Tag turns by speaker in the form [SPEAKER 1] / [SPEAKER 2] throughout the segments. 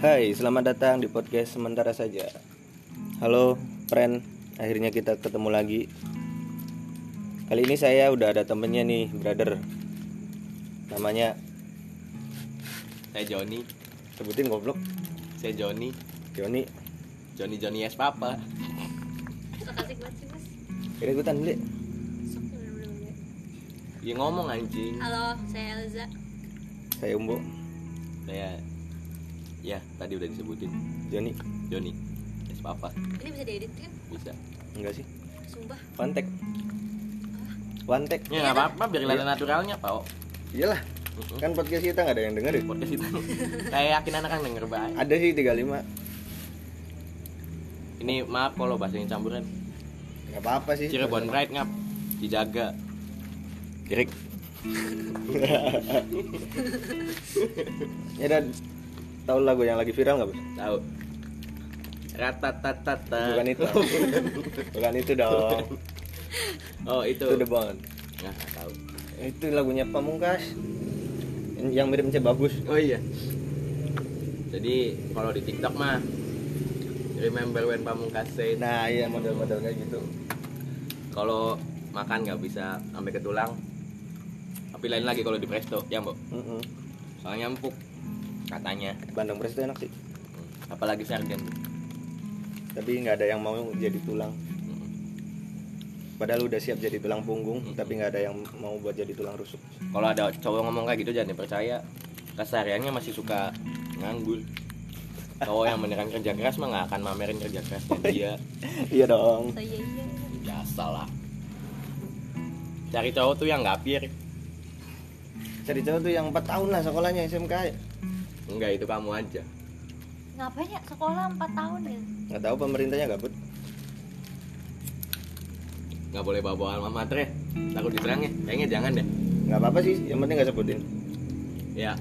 [SPEAKER 1] Hai, selamat datang di podcast sementara saja. Halo, friend. Akhirnya kita ketemu lagi. Kali ini saya udah ada temennya nih, brother. Namanya
[SPEAKER 2] Saya Joni,
[SPEAKER 1] sebutin goblok,
[SPEAKER 2] saya Joni,
[SPEAKER 1] Joni.
[SPEAKER 2] Joni Joni es papa.
[SPEAKER 3] Asik banget sih mas
[SPEAKER 1] Ini ikutan ya. beli.
[SPEAKER 3] Sok bener-bener enggak.
[SPEAKER 2] Ya ngomong anjing.
[SPEAKER 3] Halo, saya Elza
[SPEAKER 1] Saya Umbo,
[SPEAKER 2] Saya ya tadi udah disebutin
[SPEAKER 1] Joni.
[SPEAKER 2] Joni es papa
[SPEAKER 3] Ini bisa diedit kan?
[SPEAKER 2] bisa.
[SPEAKER 1] Enggak sih?
[SPEAKER 3] Sumpah
[SPEAKER 1] One take. One take.
[SPEAKER 2] Ya nggak apa-apa biar kelihatan
[SPEAKER 1] Iya.
[SPEAKER 2] naturalnya pak. Oh.
[SPEAKER 1] Iyalah, kan podcast kita nggak ada yang dengerin.
[SPEAKER 2] Podcast kita saya yakin anak kan denger baik.
[SPEAKER 1] Ada sih 35.
[SPEAKER 2] Ini maaf kalau bahasanya campuran.
[SPEAKER 1] Enggak apa-apa sih.
[SPEAKER 2] Cirebon Pride ngap dijaga.
[SPEAKER 1] Kirik. ya dan tahu lagu yang lagi viral nggak? Bos?
[SPEAKER 2] Tahu. Ratatatata.
[SPEAKER 1] Bukan itu. Bukan itu dong.
[SPEAKER 2] Oh itu.
[SPEAKER 1] Itu The Bond.
[SPEAKER 2] Nggak nggak tahu.
[SPEAKER 1] Itu lagunya Pamungkas. Yang mirip Cep Bagus.
[SPEAKER 2] Oh iya. Jadi kalau di TikTok mah remember when pamungkas say
[SPEAKER 1] Nah, iya model-model kayak gitu.
[SPEAKER 2] kalau makan nggak bisa sampai ke tulang tapi lain lagi kalau di presto ya mbok
[SPEAKER 1] Mm-mm.
[SPEAKER 2] soalnya empuk katanya
[SPEAKER 1] Bandeng Pres itu enak sih.
[SPEAKER 2] apalagi sarden
[SPEAKER 1] Tapi nggak ada yang mau jadi tulang.
[SPEAKER 2] Mm.
[SPEAKER 1] Padahal udah siap jadi tulang punggung, tapi nggak ada yang mau buat jadi tulang rusuk.
[SPEAKER 2] kalau ada cowok ngomong kayak gitu jangan dipercaya kesehariannya masih suka nganggur cowok yang beneran kerja keras mah nggak akan mamerin kerja kerasnya dia
[SPEAKER 1] iya dong.
[SPEAKER 3] Saya iya
[SPEAKER 2] biasa lah cari cowok tuh yang nggak pir
[SPEAKER 1] Cari cowok tuh yang 4 tahun lah sekolahnya SMK.
[SPEAKER 2] enggak itu kamu aja
[SPEAKER 3] Ngapain ya sekolah 4 tahun ya?
[SPEAKER 1] Nggak tahu pemerintahnya gabut.
[SPEAKER 2] nggak boleh bawa bawa alma mater ya takut diserang ya kayaknya jangan deh
[SPEAKER 1] nggak apa-apa sih yang penting nggak sebutin
[SPEAKER 2] ya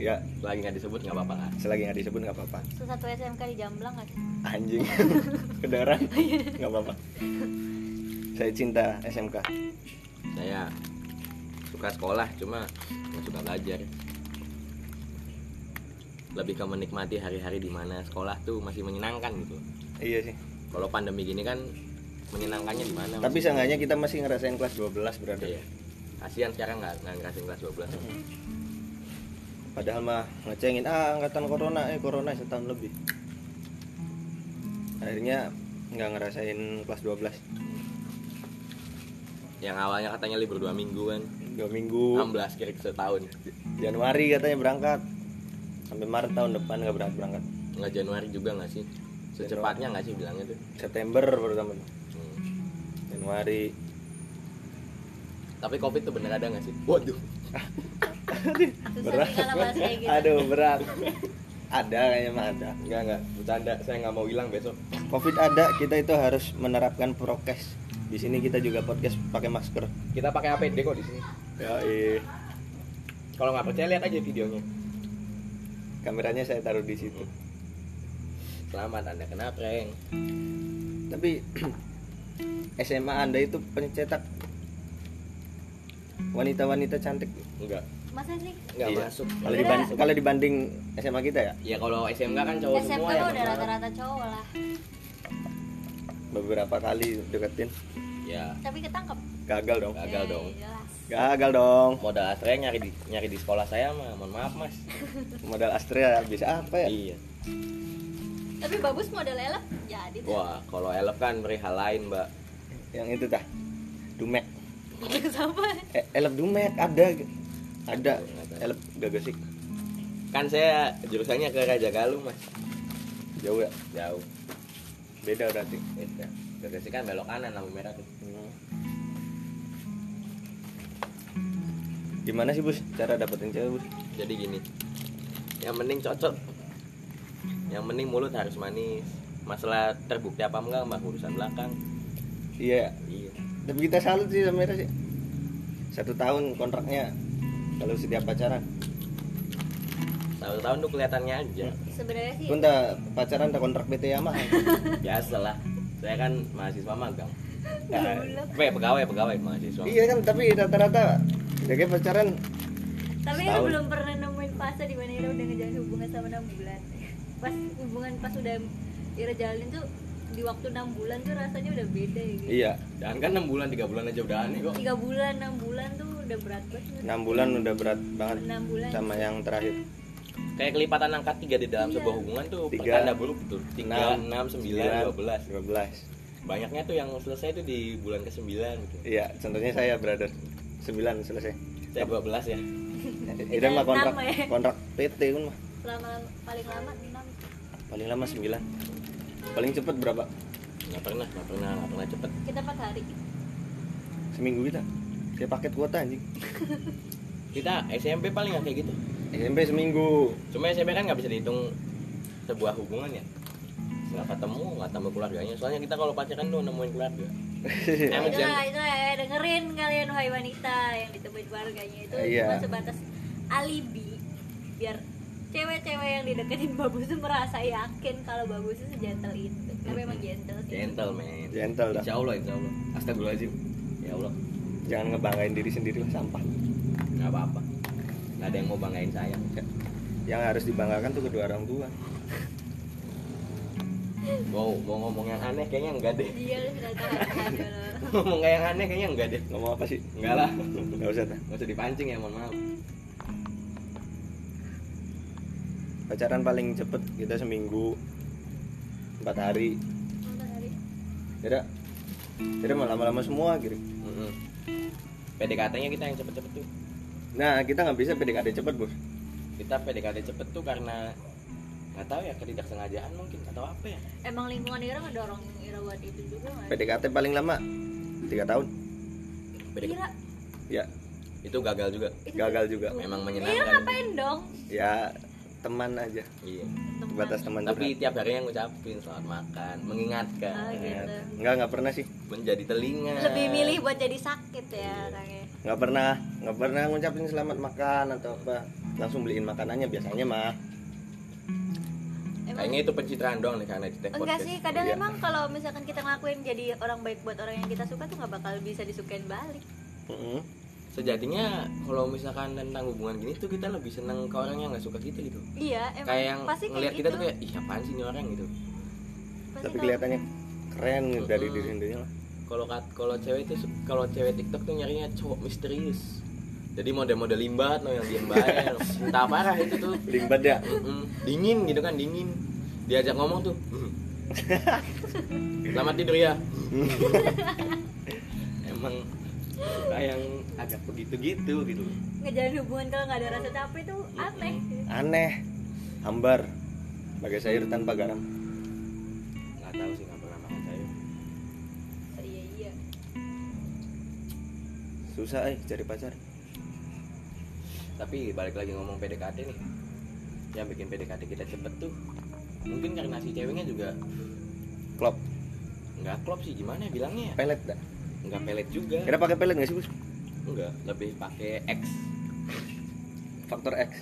[SPEAKER 1] ya
[SPEAKER 2] lagi nggak disebut nggak apa-apa lah
[SPEAKER 1] selagi nggak disebut nggak apa-apa
[SPEAKER 3] Sesatu SMK di Jamblang gak sih?
[SPEAKER 1] anjing kedengeran nggak apa-apa saya cinta SMK
[SPEAKER 2] saya suka sekolah cuma nggak suka belajar lebih ke menikmati hari-hari di mana sekolah tuh masih menyenangkan gitu
[SPEAKER 1] iya sih
[SPEAKER 2] kalau pandemi gini kan menyenangkannya di mana
[SPEAKER 1] tapi
[SPEAKER 2] masih-
[SPEAKER 1] seenggaknya kita masih ngerasain kelas 12 berarti ya.
[SPEAKER 2] Iya. kasihan sekarang nggak nggak ngerasain kelas ya. 12
[SPEAKER 1] padahal mah ngecengin ah angkatan corona eh corona setahun lebih akhirnya nggak ngerasain kelas 12
[SPEAKER 2] yang awalnya katanya libur dua minggu kan
[SPEAKER 1] dua minggu
[SPEAKER 2] 16 kira setahun
[SPEAKER 1] Januari katanya berangkat sampai Maret tahun depan nggak berangkat berangkat
[SPEAKER 2] nggak Januari juga nggak sih secepatnya nggak sih bilangnya tuh
[SPEAKER 1] September baru tamat.
[SPEAKER 2] Hmm.
[SPEAKER 1] Januari
[SPEAKER 2] tapi covid tuh bener ada nggak sih waduh
[SPEAKER 3] Susah
[SPEAKER 1] berat
[SPEAKER 3] nih kalau bahas kayak gitu
[SPEAKER 1] aduh berat ada kayaknya mah ada
[SPEAKER 2] nggak nggak bercanda saya nggak mau hilang besok
[SPEAKER 1] covid ada kita itu harus menerapkan prokes di sini kita juga podcast pakai masker
[SPEAKER 2] kita pakai APD kok di sini
[SPEAKER 1] ya iya
[SPEAKER 2] kalau nggak percaya lihat aja videonya
[SPEAKER 1] kameranya saya taruh di situ
[SPEAKER 2] Selamat Anda kena prank.
[SPEAKER 1] tapi SMA anda itu pencetak wanita-wanita cantik
[SPEAKER 2] Enggak,
[SPEAKER 3] Masa sih?
[SPEAKER 2] enggak
[SPEAKER 1] Iya.
[SPEAKER 2] masuk.
[SPEAKER 1] kalau dibanding, kalau dibanding SMA kita ya
[SPEAKER 2] ya kalau SMK kan cowok
[SPEAKER 3] SMK
[SPEAKER 2] semua ya.
[SPEAKER 3] mah udah
[SPEAKER 2] Mas.
[SPEAKER 3] rata-rata cowok lah
[SPEAKER 1] beberapa kali deketin
[SPEAKER 2] Ya,
[SPEAKER 3] Tapi ketangkep
[SPEAKER 1] gagal dong
[SPEAKER 2] gagal
[SPEAKER 3] Ya,
[SPEAKER 2] dong.
[SPEAKER 3] jelas.
[SPEAKER 1] gagal dong
[SPEAKER 2] Modal Astrea nyari di nyari di sekolah saya mah, mohon maaf Mas.
[SPEAKER 1] modal Astrea bisa apa ya
[SPEAKER 2] iya.
[SPEAKER 3] Tapi bagus model elep Jadi tuh
[SPEAKER 2] Wah, kalau elf kan perihal lain, Mbak.
[SPEAKER 1] yang itu dah dumek
[SPEAKER 3] Siapa?
[SPEAKER 1] Eh, elep dumet ada ada elep gagasik
[SPEAKER 2] Kan saya jurusannya ke Raja Galuh, Mas.
[SPEAKER 1] jauh ya
[SPEAKER 2] Jauh.
[SPEAKER 1] beda berarti
[SPEAKER 2] Beda. Berarti kan belok kanan lampu merah tuh.
[SPEAKER 1] Hmm. gimana sih bus cara dapetin cewek bus
[SPEAKER 2] Jadi gini. Yang penting cocok. Yang penting mulut harus manis. Masalah terbukti apa enggak, Mbak, urusan belakang.
[SPEAKER 1] iya
[SPEAKER 2] Iya.
[SPEAKER 1] tapi kita salut sih sama Era sih satu tahun kontraknya kalau setiap pacaran
[SPEAKER 2] Satu tahun tuh kelihatannya aja.
[SPEAKER 3] Sebenarnya
[SPEAKER 4] Iya.
[SPEAKER 3] sih
[SPEAKER 1] pun tak pacaran tak kontrak PT Yamaha
[SPEAKER 2] Biasalah. Saya kan mahasiswa magang.
[SPEAKER 4] Iya,
[SPEAKER 1] Nah,
[SPEAKER 2] Eh, pegawai, pegawai mahasiswa.
[SPEAKER 1] iya kan tapi rata-rata jadi pacaran
[SPEAKER 3] Tapi lu
[SPEAKER 1] setahun.
[SPEAKER 3] belum pernah nemuin fase di mana lu udah ngejalin hubungan sama 6 bulan
[SPEAKER 4] pas hubungan pas udah Ira jalanin tuh di waktu enam bulan tuh rasanya udah beda ya gitu.
[SPEAKER 1] Iya,
[SPEAKER 2] Dan kan 6 bulan, 3 bulan aja udah aneh kok.
[SPEAKER 4] Tiga bulan, enam bulan tuh udah berat banget.
[SPEAKER 1] 6 bulan udah berat banget
[SPEAKER 4] Enam bulan.
[SPEAKER 1] sama yang terakhir.
[SPEAKER 2] Kayak kelipatan angka 3 di dalam sebuah hubungan tuh
[SPEAKER 1] Tiga,
[SPEAKER 2] pertanda buruk tuh.
[SPEAKER 1] Nah,
[SPEAKER 2] 3, 6, 9, 12.
[SPEAKER 1] 12.
[SPEAKER 2] Banyaknya tuh yang selesai tuh di bulan ke-9 gitu.
[SPEAKER 1] Iya, contohnya saya brother. 9 selesai.
[SPEAKER 2] Saya 12 ya.
[SPEAKER 1] Itu mah kontrak
[SPEAKER 4] Lama ya.
[SPEAKER 1] kontrak PT pun mah
[SPEAKER 4] Lama paling lama enam.
[SPEAKER 1] paling lama 9. Paling cepet berapa?
[SPEAKER 2] Nggak pernah, nggak pernah, nggak pernah cepet.
[SPEAKER 4] Kita empat hari.
[SPEAKER 1] Seminggu kita. Kayak paket kuota anjing.
[SPEAKER 2] Kita SMP paling nggak kayak gitu.
[SPEAKER 1] SMP seminggu.
[SPEAKER 2] Cuma SMP kan nggak bisa dihitung sebuah hubungan ya. Nggak ketemu, nggak tambah keluarganya. Soalnya kita kalau pacaran tuh nemuin keluarga.
[SPEAKER 1] Iya,
[SPEAKER 2] Emang
[SPEAKER 4] Itu lah,
[SPEAKER 2] jam-
[SPEAKER 4] itu lah, eh, dengerin kalian wahai wanita yang ditemuin keluarganya itu
[SPEAKER 1] Iya.
[SPEAKER 4] cuma sebatas alibi biar cewek-cewek yang dideketin Bagus tuh merasa yakin kalau Bagus itu sejentel itu. Tapi emang gentle sih.
[SPEAKER 2] Gentleman.
[SPEAKER 1] Gentle dah.
[SPEAKER 2] Insya Allah, insya Allah. Astagfirullahaladzim. Ya Allah,
[SPEAKER 1] Jangan ngebanggain diri sendiri lah sampah.
[SPEAKER 2] nggak apa-apa. Nggak ada yang mau banggain saya.
[SPEAKER 1] Yang harus dibanggakan tuh kedua orang tua.
[SPEAKER 2] Wow, mau ngomong yang aneh kayaknya enggak deh.
[SPEAKER 4] Dia Iya, sudah tahan
[SPEAKER 2] ngomong yang aneh kayaknya enggak deh.
[SPEAKER 1] Ngomong apa sih?
[SPEAKER 2] Enggak lah.
[SPEAKER 1] Enggak usah dah.
[SPEAKER 2] Nggak usah dipancing ya, mohon maaf.
[SPEAKER 1] Pacaran paling cepet kita seminggu. 4 hari. Tidak. Tidak mau lama-lama semua gitu.
[SPEAKER 2] Mm-mm. PDKT-nya kita yang cepet-cepet tuh.
[SPEAKER 1] Nah, kita nggak bisa PDKT cepet, Bos.
[SPEAKER 2] Kita PDKT cepet tuh karena nggak tahu ya ketidaksengajaan mungkin atau apa ya.
[SPEAKER 4] Emang lingkungan Ira ngedorong Ira buat itu juga nggak?
[SPEAKER 1] PDKT paling lama 3 tahun.
[SPEAKER 2] PDKT
[SPEAKER 4] Ira
[SPEAKER 1] Ya,
[SPEAKER 2] itu gagal juga.
[SPEAKER 4] itu
[SPEAKER 1] gagal juga.
[SPEAKER 2] Memang
[SPEAKER 4] Ira
[SPEAKER 2] menyenangkan.
[SPEAKER 4] Iya, ngapain dong?
[SPEAKER 1] Ya, teman aja.
[SPEAKER 2] Iya.
[SPEAKER 4] Teman.
[SPEAKER 1] Batas teman
[SPEAKER 2] Tapi
[SPEAKER 1] curhat.
[SPEAKER 2] tiap hari yang ngucapin selamat makan, mengingatkan,
[SPEAKER 4] Ah,
[SPEAKER 1] Ya,
[SPEAKER 4] gitu.
[SPEAKER 1] Enggak, enggak pernah sih.
[SPEAKER 2] menjadi telinga.
[SPEAKER 4] Lebih milih buat jadi sakit ya orangnya.
[SPEAKER 1] Enggak pernah, enggak pernah ngucapin selamat makan atau apa. Langsung beliin makanannya biasanya mah.
[SPEAKER 4] Emang
[SPEAKER 2] Kayaknya itu pencitraan doang nih karena di tag
[SPEAKER 4] Enggak
[SPEAKER 2] podcast.
[SPEAKER 4] sih, kadang
[SPEAKER 1] Iya.
[SPEAKER 4] emang kalau misalkan kita ngelakuin jadi orang baik buat orang yang kita suka tuh nggak bakal bisa disukain balik.
[SPEAKER 1] Mm-mm.
[SPEAKER 2] Sejatinya kalau misalkan tentang hubungan gini tuh kita lebih seneng ke orang yang nggak suka kita gitu.
[SPEAKER 4] Iya, emang
[SPEAKER 2] kayak yang
[SPEAKER 4] pasti
[SPEAKER 2] ngelihat
[SPEAKER 4] kayak
[SPEAKER 2] kita
[SPEAKER 4] gitu.
[SPEAKER 2] tuh kayak ih apaan sih ini orang gitu.
[SPEAKER 4] Pasti
[SPEAKER 1] Tapi
[SPEAKER 4] kalau-
[SPEAKER 1] kelihatannya keren dari
[SPEAKER 2] Mm-mm.
[SPEAKER 1] diri sendirinya lah.
[SPEAKER 2] Kalau kat- kalau cewek tuh su- kalau cewek TikTok tuh nyarinya cowok misterius. Jadi model-model limbat no yang diem bae, entah parah itu tuh.
[SPEAKER 1] Limbat ya.
[SPEAKER 2] Mm-mm. Dingin gitu kan dingin. Diajak ngomong tuh. "Hmm." Selamat tidur ya. Emang suka yang agak begitu-gitu gitu.
[SPEAKER 4] ngejalin hubungan kalau nggak ada rasa
[SPEAKER 2] Oh.
[SPEAKER 4] capek tuh aneh.
[SPEAKER 1] Aneh. Hambar. Bagai sayur tanpa garam.
[SPEAKER 2] Nggak tahu sih nggak pernah makan sayur.
[SPEAKER 4] Oh, iya iya.
[SPEAKER 1] Susah eh cari pacar.
[SPEAKER 2] tapi balik lagi ngomong PDKT nih yang bikin PDKT kita cepet tuh mungkin karena si ceweknya juga
[SPEAKER 1] Klop.
[SPEAKER 2] nggak klop sih gimana bilangnya ya?
[SPEAKER 1] Pelet dah.
[SPEAKER 2] nggak pelet juga
[SPEAKER 1] Kira pakai pelet nggak sih, Bos?
[SPEAKER 2] nggak lebih pakai X
[SPEAKER 1] Faktor X.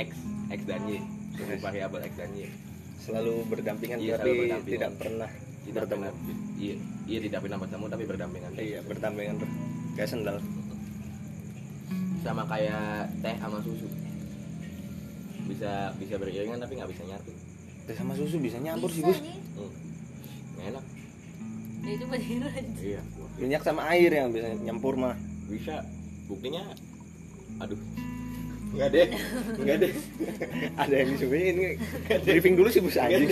[SPEAKER 2] X X dan Y Suku variabel X dan Y
[SPEAKER 1] Selalu berdampingan tapi
[SPEAKER 2] Iya, selalu berdampingan.
[SPEAKER 1] tidak pernah
[SPEAKER 2] tidak
[SPEAKER 1] bertemu.
[SPEAKER 2] pernah iya iya tidak pernah bertemu tapi berdampingan
[SPEAKER 1] Iya, berdampingan terus. Kayak sendal.
[SPEAKER 2] sama kayak teh sama susu bisa bisa beriringan tapi nggak bisa nyatu
[SPEAKER 1] Teh sama susu bisa nyampur sih,
[SPEAKER 4] Bisa
[SPEAKER 1] Bos.
[SPEAKER 4] nih.
[SPEAKER 2] hmm. nggak enak
[SPEAKER 4] Ya itu buat Ira aja.
[SPEAKER 2] iya
[SPEAKER 1] Minyak sama air yang bisa nyampur mah.
[SPEAKER 2] bisa buktinya aduh nggak deh nggak deh
[SPEAKER 1] Ada yang disukain nggak? Briefing dulu sih, Bos anjing.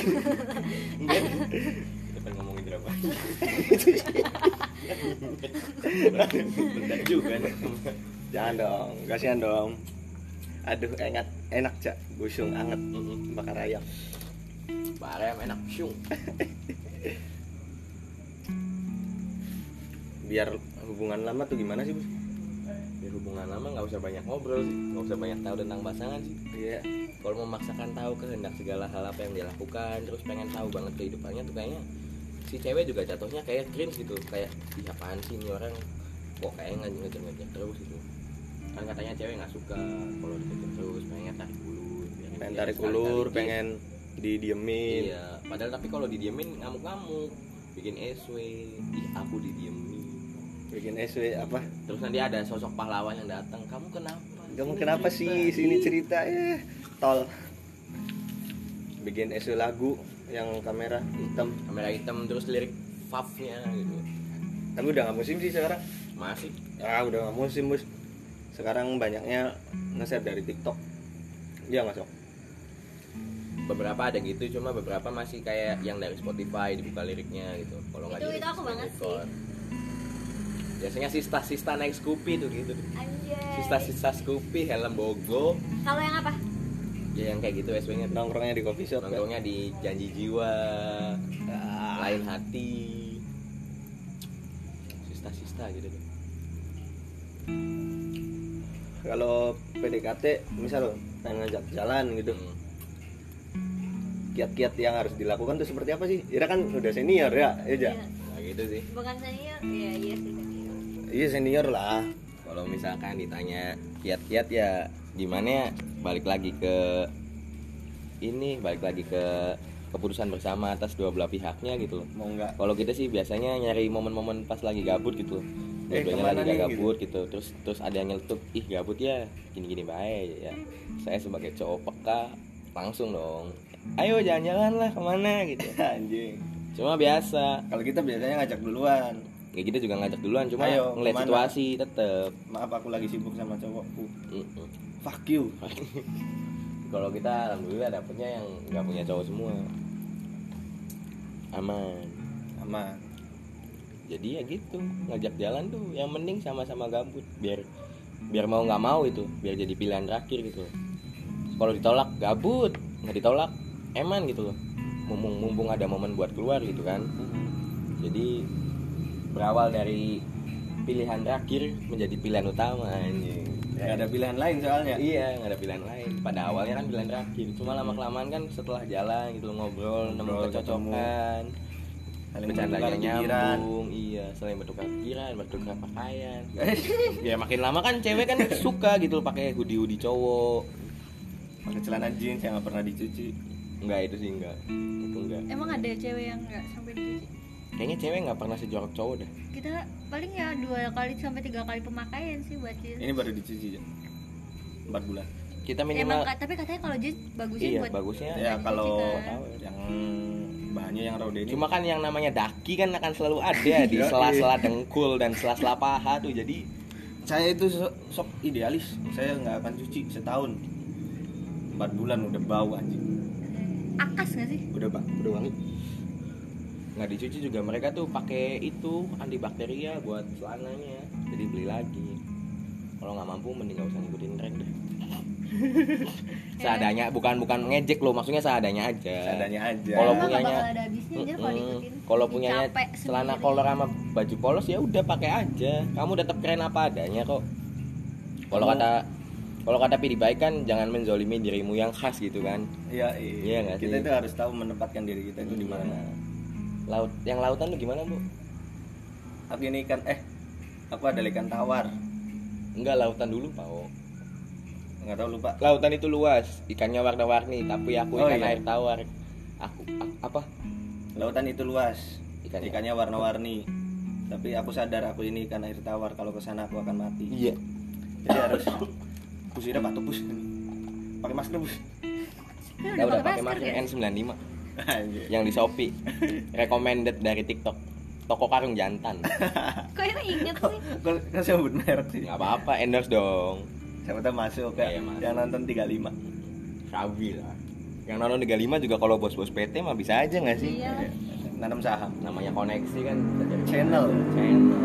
[SPEAKER 2] nggak deh depan ngomongin drama bener juga nih
[SPEAKER 1] Jangan dong, kasihan dong. Aduh, enak enak, Cak. Busung anget bakar ayam.
[SPEAKER 2] barem enak syung
[SPEAKER 1] Biar hubungan lama tuh gimana sih, Bos?
[SPEAKER 2] di hubungan lama nggak usah banyak ngobrol sih nggak usah banyak tahu tentang pasangan sih
[SPEAKER 1] Iya.
[SPEAKER 2] kalau memaksakan tahu kehendak segala hal apa yang dia lakukan terus pengen tahu banget kehidupannya tuh kayaknya si cewek juga jatuhnya kayak cringe gitu kayak "Ih, apaan sih ini orang kok kayak nggak ngejar-ngejar terus gitu kan katanya cewek nggak suka kalau dikejar terus pengen tarik ulur biarin
[SPEAKER 1] Pengen
[SPEAKER 2] dia
[SPEAKER 1] tarik
[SPEAKER 2] sekali-kali
[SPEAKER 1] ulur,
[SPEAKER 2] dikit.
[SPEAKER 1] pengen didiemin.
[SPEAKER 2] iya padahal tapi kalau didiemin ngamuk-ngamuk bikin SW ih aku didiemin
[SPEAKER 1] Bikin SW apa?
[SPEAKER 2] terus nanti ada sosok pahlawan yang datang kamu kenapa
[SPEAKER 1] Kamu
[SPEAKER 2] Sini
[SPEAKER 1] kenapa
[SPEAKER 2] cerita."
[SPEAKER 1] sih sini cerita eh tol. bikin esai lagu yang kamera hitam
[SPEAKER 2] kamera hitam terus lirik favnya gitu
[SPEAKER 1] tapi udah nggak musim sih sekarang
[SPEAKER 2] masih
[SPEAKER 1] ah udah nggak musim bos sekarang banyaknya nge-share dari TikTok iya nggak sok
[SPEAKER 2] beberapa ada gitu cuma beberapa masih kayak yang dari Spotify dibuka liriknya gitu kalau nggak
[SPEAKER 3] Itu-
[SPEAKER 2] di-
[SPEAKER 3] itu aku banget sih.
[SPEAKER 2] record. biasanya sista sista naik Scoopy tuh gitu
[SPEAKER 3] Eh. Anjay.
[SPEAKER 2] sista sista Scoopy helm bogo
[SPEAKER 3] Kalau yang apa?
[SPEAKER 2] ya yang kayak gitu SW-nya tuh.
[SPEAKER 1] nongkrongnya di coffee shop kan?
[SPEAKER 2] nongkrongnya di janji jiwa
[SPEAKER 1] Ah,
[SPEAKER 2] lain hati sista sista gitu tuh
[SPEAKER 1] kalau PDKT misal pengen ngajak jalan gitu
[SPEAKER 2] Hmm.
[SPEAKER 1] kiat-kiat yang harus dilakukan tuh seperti apa sih Ira kan udah senior ya ya Ja?
[SPEAKER 4] Iya.
[SPEAKER 2] nah, gitu sih
[SPEAKER 3] Bukan senior? Iya, iya sih senior.
[SPEAKER 1] iya senior lah
[SPEAKER 2] kalau misalkan ditanya kiat-kiat ya gimana ya balik lagi ke ini balik lagi ke keputusan bersama atas dua belah pihaknya gitu loh
[SPEAKER 1] mau nggak
[SPEAKER 2] kalau kita sih biasanya nyari momen-momen pas lagi gabut gitu Dua-duanya
[SPEAKER 1] Eh, kemana
[SPEAKER 2] lagi gak
[SPEAKER 1] nih,
[SPEAKER 2] gabut gitu. terus terus ada yang nyeletuk ih gabut ya gini-gini baik ya saya sebagai cowok peka langsung dong ayo jalan-jalan lah kemana gitu
[SPEAKER 1] Ya, anjing
[SPEAKER 2] cuma biasa
[SPEAKER 1] kalau kita biasanya ngajak duluan
[SPEAKER 2] ya kita juga ngajak duluan cuma
[SPEAKER 1] Ayo,
[SPEAKER 2] ngeliat
[SPEAKER 1] kemana?
[SPEAKER 2] situasi tetep
[SPEAKER 1] maaf aku lagi sibuk sama cowokku
[SPEAKER 2] Mm-mm.
[SPEAKER 1] fuck you
[SPEAKER 2] kalau kita alhamdulillah dapetnya yang nggak punya cowok semua aman
[SPEAKER 1] aman
[SPEAKER 2] jadi ya gitu ngajak jalan tuh yang mending sama-sama gabut biar biar mau nggak mau itu biar jadi pilihan terakhir gitu kalau ditolak gabut nggak ditolak eman gitu loh mumpung mumpung ada momen buat keluar gitu kan jadi berawal dari pilihan terakhir menjadi pilihan utama anjing
[SPEAKER 1] nggak ada pilihan lain soalnya
[SPEAKER 2] Iya, nggak ada pilihan lain. Pada awalnya kan pilihan terakhir. Cuma lama kelamaan kan setelah jalan gitu loh, ngobrol, nemu
[SPEAKER 1] Ngobrol,
[SPEAKER 2] kecocokan,
[SPEAKER 1] Saling
[SPEAKER 2] bercandanya
[SPEAKER 1] bertukar pikiran.
[SPEAKER 2] nyambung, iya, saling bertukar pikiran, bertukar pakaian. ya makin lama kan cewek kan suka gitu loh pakai hoodie-hoodie cowok.
[SPEAKER 1] pakai celana jeans yang nggak pernah dicuci
[SPEAKER 2] Enggak itu sih enggak. Itu enggak.
[SPEAKER 4] Emang ada cewek yang nggak sampai dicuci?
[SPEAKER 2] Kayaknya cewek nggak pernah sejorok cowok dah.
[SPEAKER 4] Kita paling ya dua kali sampai tiga kali pemakaian sih buat jeans.
[SPEAKER 1] ini baru dicuci ya empat bulan
[SPEAKER 2] Kita
[SPEAKER 4] Emang
[SPEAKER 2] minimal
[SPEAKER 4] ka- tapi katanya kalau jeans bagusnya
[SPEAKER 2] iya
[SPEAKER 4] buat
[SPEAKER 2] bagusnya.
[SPEAKER 1] ya kalau
[SPEAKER 4] Dicuci,
[SPEAKER 2] kan?
[SPEAKER 1] yang bahannya yang rode ini
[SPEAKER 2] Cuma kan yang namanya daki kan akan selalu ada di
[SPEAKER 1] Iya,
[SPEAKER 2] sela-sela dengkul dan sela-sela paha tuh. Jadi
[SPEAKER 1] saya itu so- sok idealis saya nggak akan cuci setahun empat bulan udah bau anjing
[SPEAKER 4] akas nggak sih?
[SPEAKER 1] udah bak udah wangi
[SPEAKER 2] nggak dicuci juga mereka tuh pakai itu antibakteria buat celananya jadi beli lagi kalau nggak mampu mending nggak usah ngikutin tren deh seadanya bukan bukan ngejek loh maksudnya seadanya aja
[SPEAKER 1] adanya aja
[SPEAKER 2] Eh, Kalau
[SPEAKER 4] Emang nggak
[SPEAKER 2] punyanya-
[SPEAKER 4] bakal ada habisnya jadi Ya kalau
[SPEAKER 2] Mm-mm.
[SPEAKER 4] diikutin.
[SPEAKER 2] kalau
[SPEAKER 4] Jadi
[SPEAKER 2] punyanya
[SPEAKER 4] capek
[SPEAKER 2] celana
[SPEAKER 4] sendiri.
[SPEAKER 2] kolor sama baju polos ya udah pakai aja kamu tetap keren apa adanya kok kalau
[SPEAKER 1] Kamu-
[SPEAKER 2] kata kalau kata pidi baik kan jangan menzolimi dirimu yang khas gitu kan
[SPEAKER 1] ya
[SPEAKER 2] Iya
[SPEAKER 1] iya
[SPEAKER 2] nggak
[SPEAKER 1] kita
[SPEAKER 2] sih? Hmm.
[SPEAKER 1] itu harus tahu menempatkan diri kita itu di mana
[SPEAKER 2] laut yang lautan tuh gimana bu
[SPEAKER 1] aku ini ikan eh aku ada ikan tawar
[SPEAKER 2] enggak lautan dulu pak
[SPEAKER 1] nggak tahu lupa
[SPEAKER 2] lautan itu luas ikannya warna-warni tapi
[SPEAKER 1] Oh,
[SPEAKER 2] aku ikan
[SPEAKER 1] iya.
[SPEAKER 2] air tawar aku a- apa
[SPEAKER 1] lautan itu luas
[SPEAKER 2] Ikannya.
[SPEAKER 1] ikannya warna-warni tapi aku sadar aku ini ikan air tawar kalau ke sana aku akan mati
[SPEAKER 2] iya
[SPEAKER 1] jadi harus pus irap atau pus pakai masker pus
[SPEAKER 4] Kan
[SPEAKER 2] ya udah pakai
[SPEAKER 4] pakai masker
[SPEAKER 2] masker
[SPEAKER 4] guys.
[SPEAKER 2] N95
[SPEAKER 1] Anjir.
[SPEAKER 2] yang di Shopee recommended dari TikTok toko karung jantan
[SPEAKER 3] Kok ini inget sih?
[SPEAKER 1] Kok kok sebut merek sih
[SPEAKER 2] Ya. nggak apa-apa endorse dong
[SPEAKER 1] siapa tahu masuk ya
[SPEAKER 2] Iya, masuk.
[SPEAKER 1] yang nonton 35
[SPEAKER 2] Rawi lah yang nonton 35 juga kalau bos-bos PT mah bisa aja nggak sih
[SPEAKER 4] Iya.
[SPEAKER 1] Iya. nanam saham
[SPEAKER 2] namanya koneksi kan
[SPEAKER 1] channel
[SPEAKER 2] channel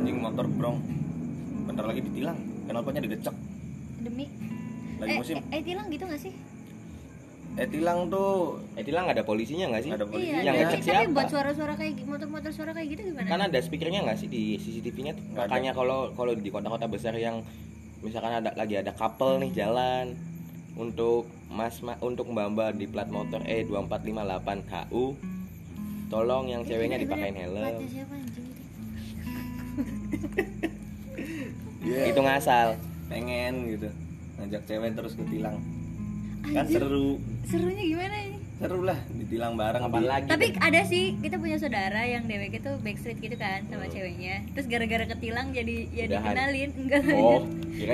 [SPEAKER 1] anjing motor brong bentar lagi ditilang knalpotnya digecek
[SPEAKER 4] Demi.
[SPEAKER 1] lagi
[SPEAKER 4] eh,
[SPEAKER 1] musim
[SPEAKER 4] eh, eh, tilang gitu nggak sih?
[SPEAKER 1] eh tilang tuh
[SPEAKER 2] eh tilang nggak ada polisinya nggak sih
[SPEAKER 1] nggak ada kan? polisi
[SPEAKER 4] iya.
[SPEAKER 2] yang
[SPEAKER 4] tapi-
[SPEAKER 2] ngecek
[SPEAKER 4] tapi
[SPEAKER 2] siapa?
[SPEAKER 4] buat suara-suara kayak gitu, motor-motor suara kayak gitu gimana?
[SPEAKER 2] kan ada speakernya nggak sih di CCTV-nya tuh?
[SPEAKER 1] Nggak ada.
[SPEAKER 2] makanya kalau kalau di kota-kota besar yang misalkan ada lagi ada couple nih jalan untuk mas ma- untuk mbak mbak di plat motor E 2458 HU tolong yang ceweknya dipakein
[SPEAKER 4] Mata
[SPEAKER 2] helm
[SPEAKER 4] siapa anjing itu?
[SPEAKER 1] Iya.
[SPEAKER 2] itu ngasal
[SPEAKER 1] pengen gitu ngajak cewek terus ketilang kan
[SPEAKER 4] Anjir.
[SPEAKER 1] seru
[SPEAKER 4] Serunya gimana ini?
[SPEAKER 1] seru lah ditilang bareng
[SPEAKER 2] kapan
[SPEAKER 1] di-
[SPEAKER 2] lagi
[SPEAKER 4] Tapi ada sih, kita punya saudara yang dewek itu backstreet gitu kan sama ceweknya. Terus gara-gara ketilang jadi ya
[SPEAKER 2] Udahan.
[SPEAKER 4] dikenalin, enggak.
[SPEAKER 2] oh kira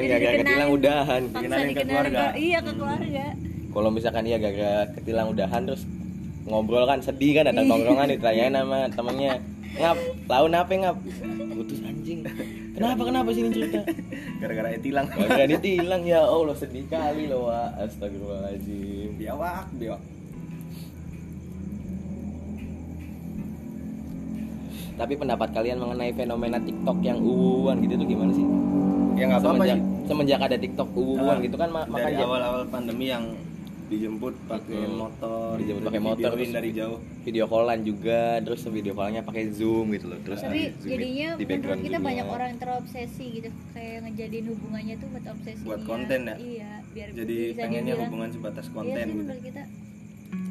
[SPEAKER 4] Jadi
[SPEAKER 2] gara-gara
[SPEAKER 4] dikenalin.
[SPEAKER 2] tilang udahan
[SPEAKER 4] Paksa
[SPEAKER 1] Dikenalin ke
[SPEAKER 4] dikenalin
[SPEAKER 1] keluarga.
[SPEAKER 4] ke- iya ke keluarga.
[SPEAKER 2] kalau misalkan iya gara-gara ketilang udahan terus ngobrol kan sedih kan ada tongkrongan ditanyain sama temennya ngap laun apa ngap putus anjing kenapa kenapa sini cerita
[SPEAKER 1] gara-gara eh, etilang
[SPEAKER 2] gara-gara ditilang ya allah sedih kali loh Wak. astagfirullahaladzim
[SPEAKER 1] biawak biawak
[SPEAKER 2] Tapi pendapat kalian mengenai fenomena TikTok yang uwuan gitu tuh gimana sih?
[SPEAKER 1] ya nggak apa-apa
[SPEAKER 2] semenjak,
[SPEAKER 1] sih
[SPEAKER 2] semenjak ada TikTok uwuan
[SPEAKER 1] Ah,
[SPEAKER 2] gitu kan ma-
[SPEAKER 1] dari
[SPEAKER 2] makanya
[SPEAKER 1] awal-awal pandemi yang dijemput pakai
[SPEAKER 2] Hmm.
[SPEAKER 1] motor
[SPEAKER 2] Dijemput
[SPEAKER 1] gitu,
[SPEAKER 2] pakai motor,
[SPEAKER 1] divideoin
[SPEAKER 2] terus-
[SPEAKER 1] dari jauh
[SPEAKER 2] video callan juga, terus video callnya pakai Zoom gitu loh. Terus
[SPEAKER 4] tapi
[SPEAKER 2] di- Zoom di
[SPEAKER 4] jadinya menurut
[SPEAKER 2] background
[SPEAKER 4] kita
[SPEAKER 2] Zoom-nya.
[SPEAKER 4] banyak orang yang terobsesi gitu kayak ngejadiin hubungannya tuh buat obsesi
[SPEAKER 1] Buat konten ya?
[SPEAKER 4] iya biar
[SPEAKER 1] jadi
[SPEAKER 4] bisa
[SPEAKER 1] pengennya
[SPEAKER 4] dibilang-
[SPEAKER 1] hubungan sebatas
[SPEAKER 4] iya
[SPEAKER 1] konten
[SPEAKER 4] sih
[SPEAKER 1] gitu
[SPEAKER 4] menurut kita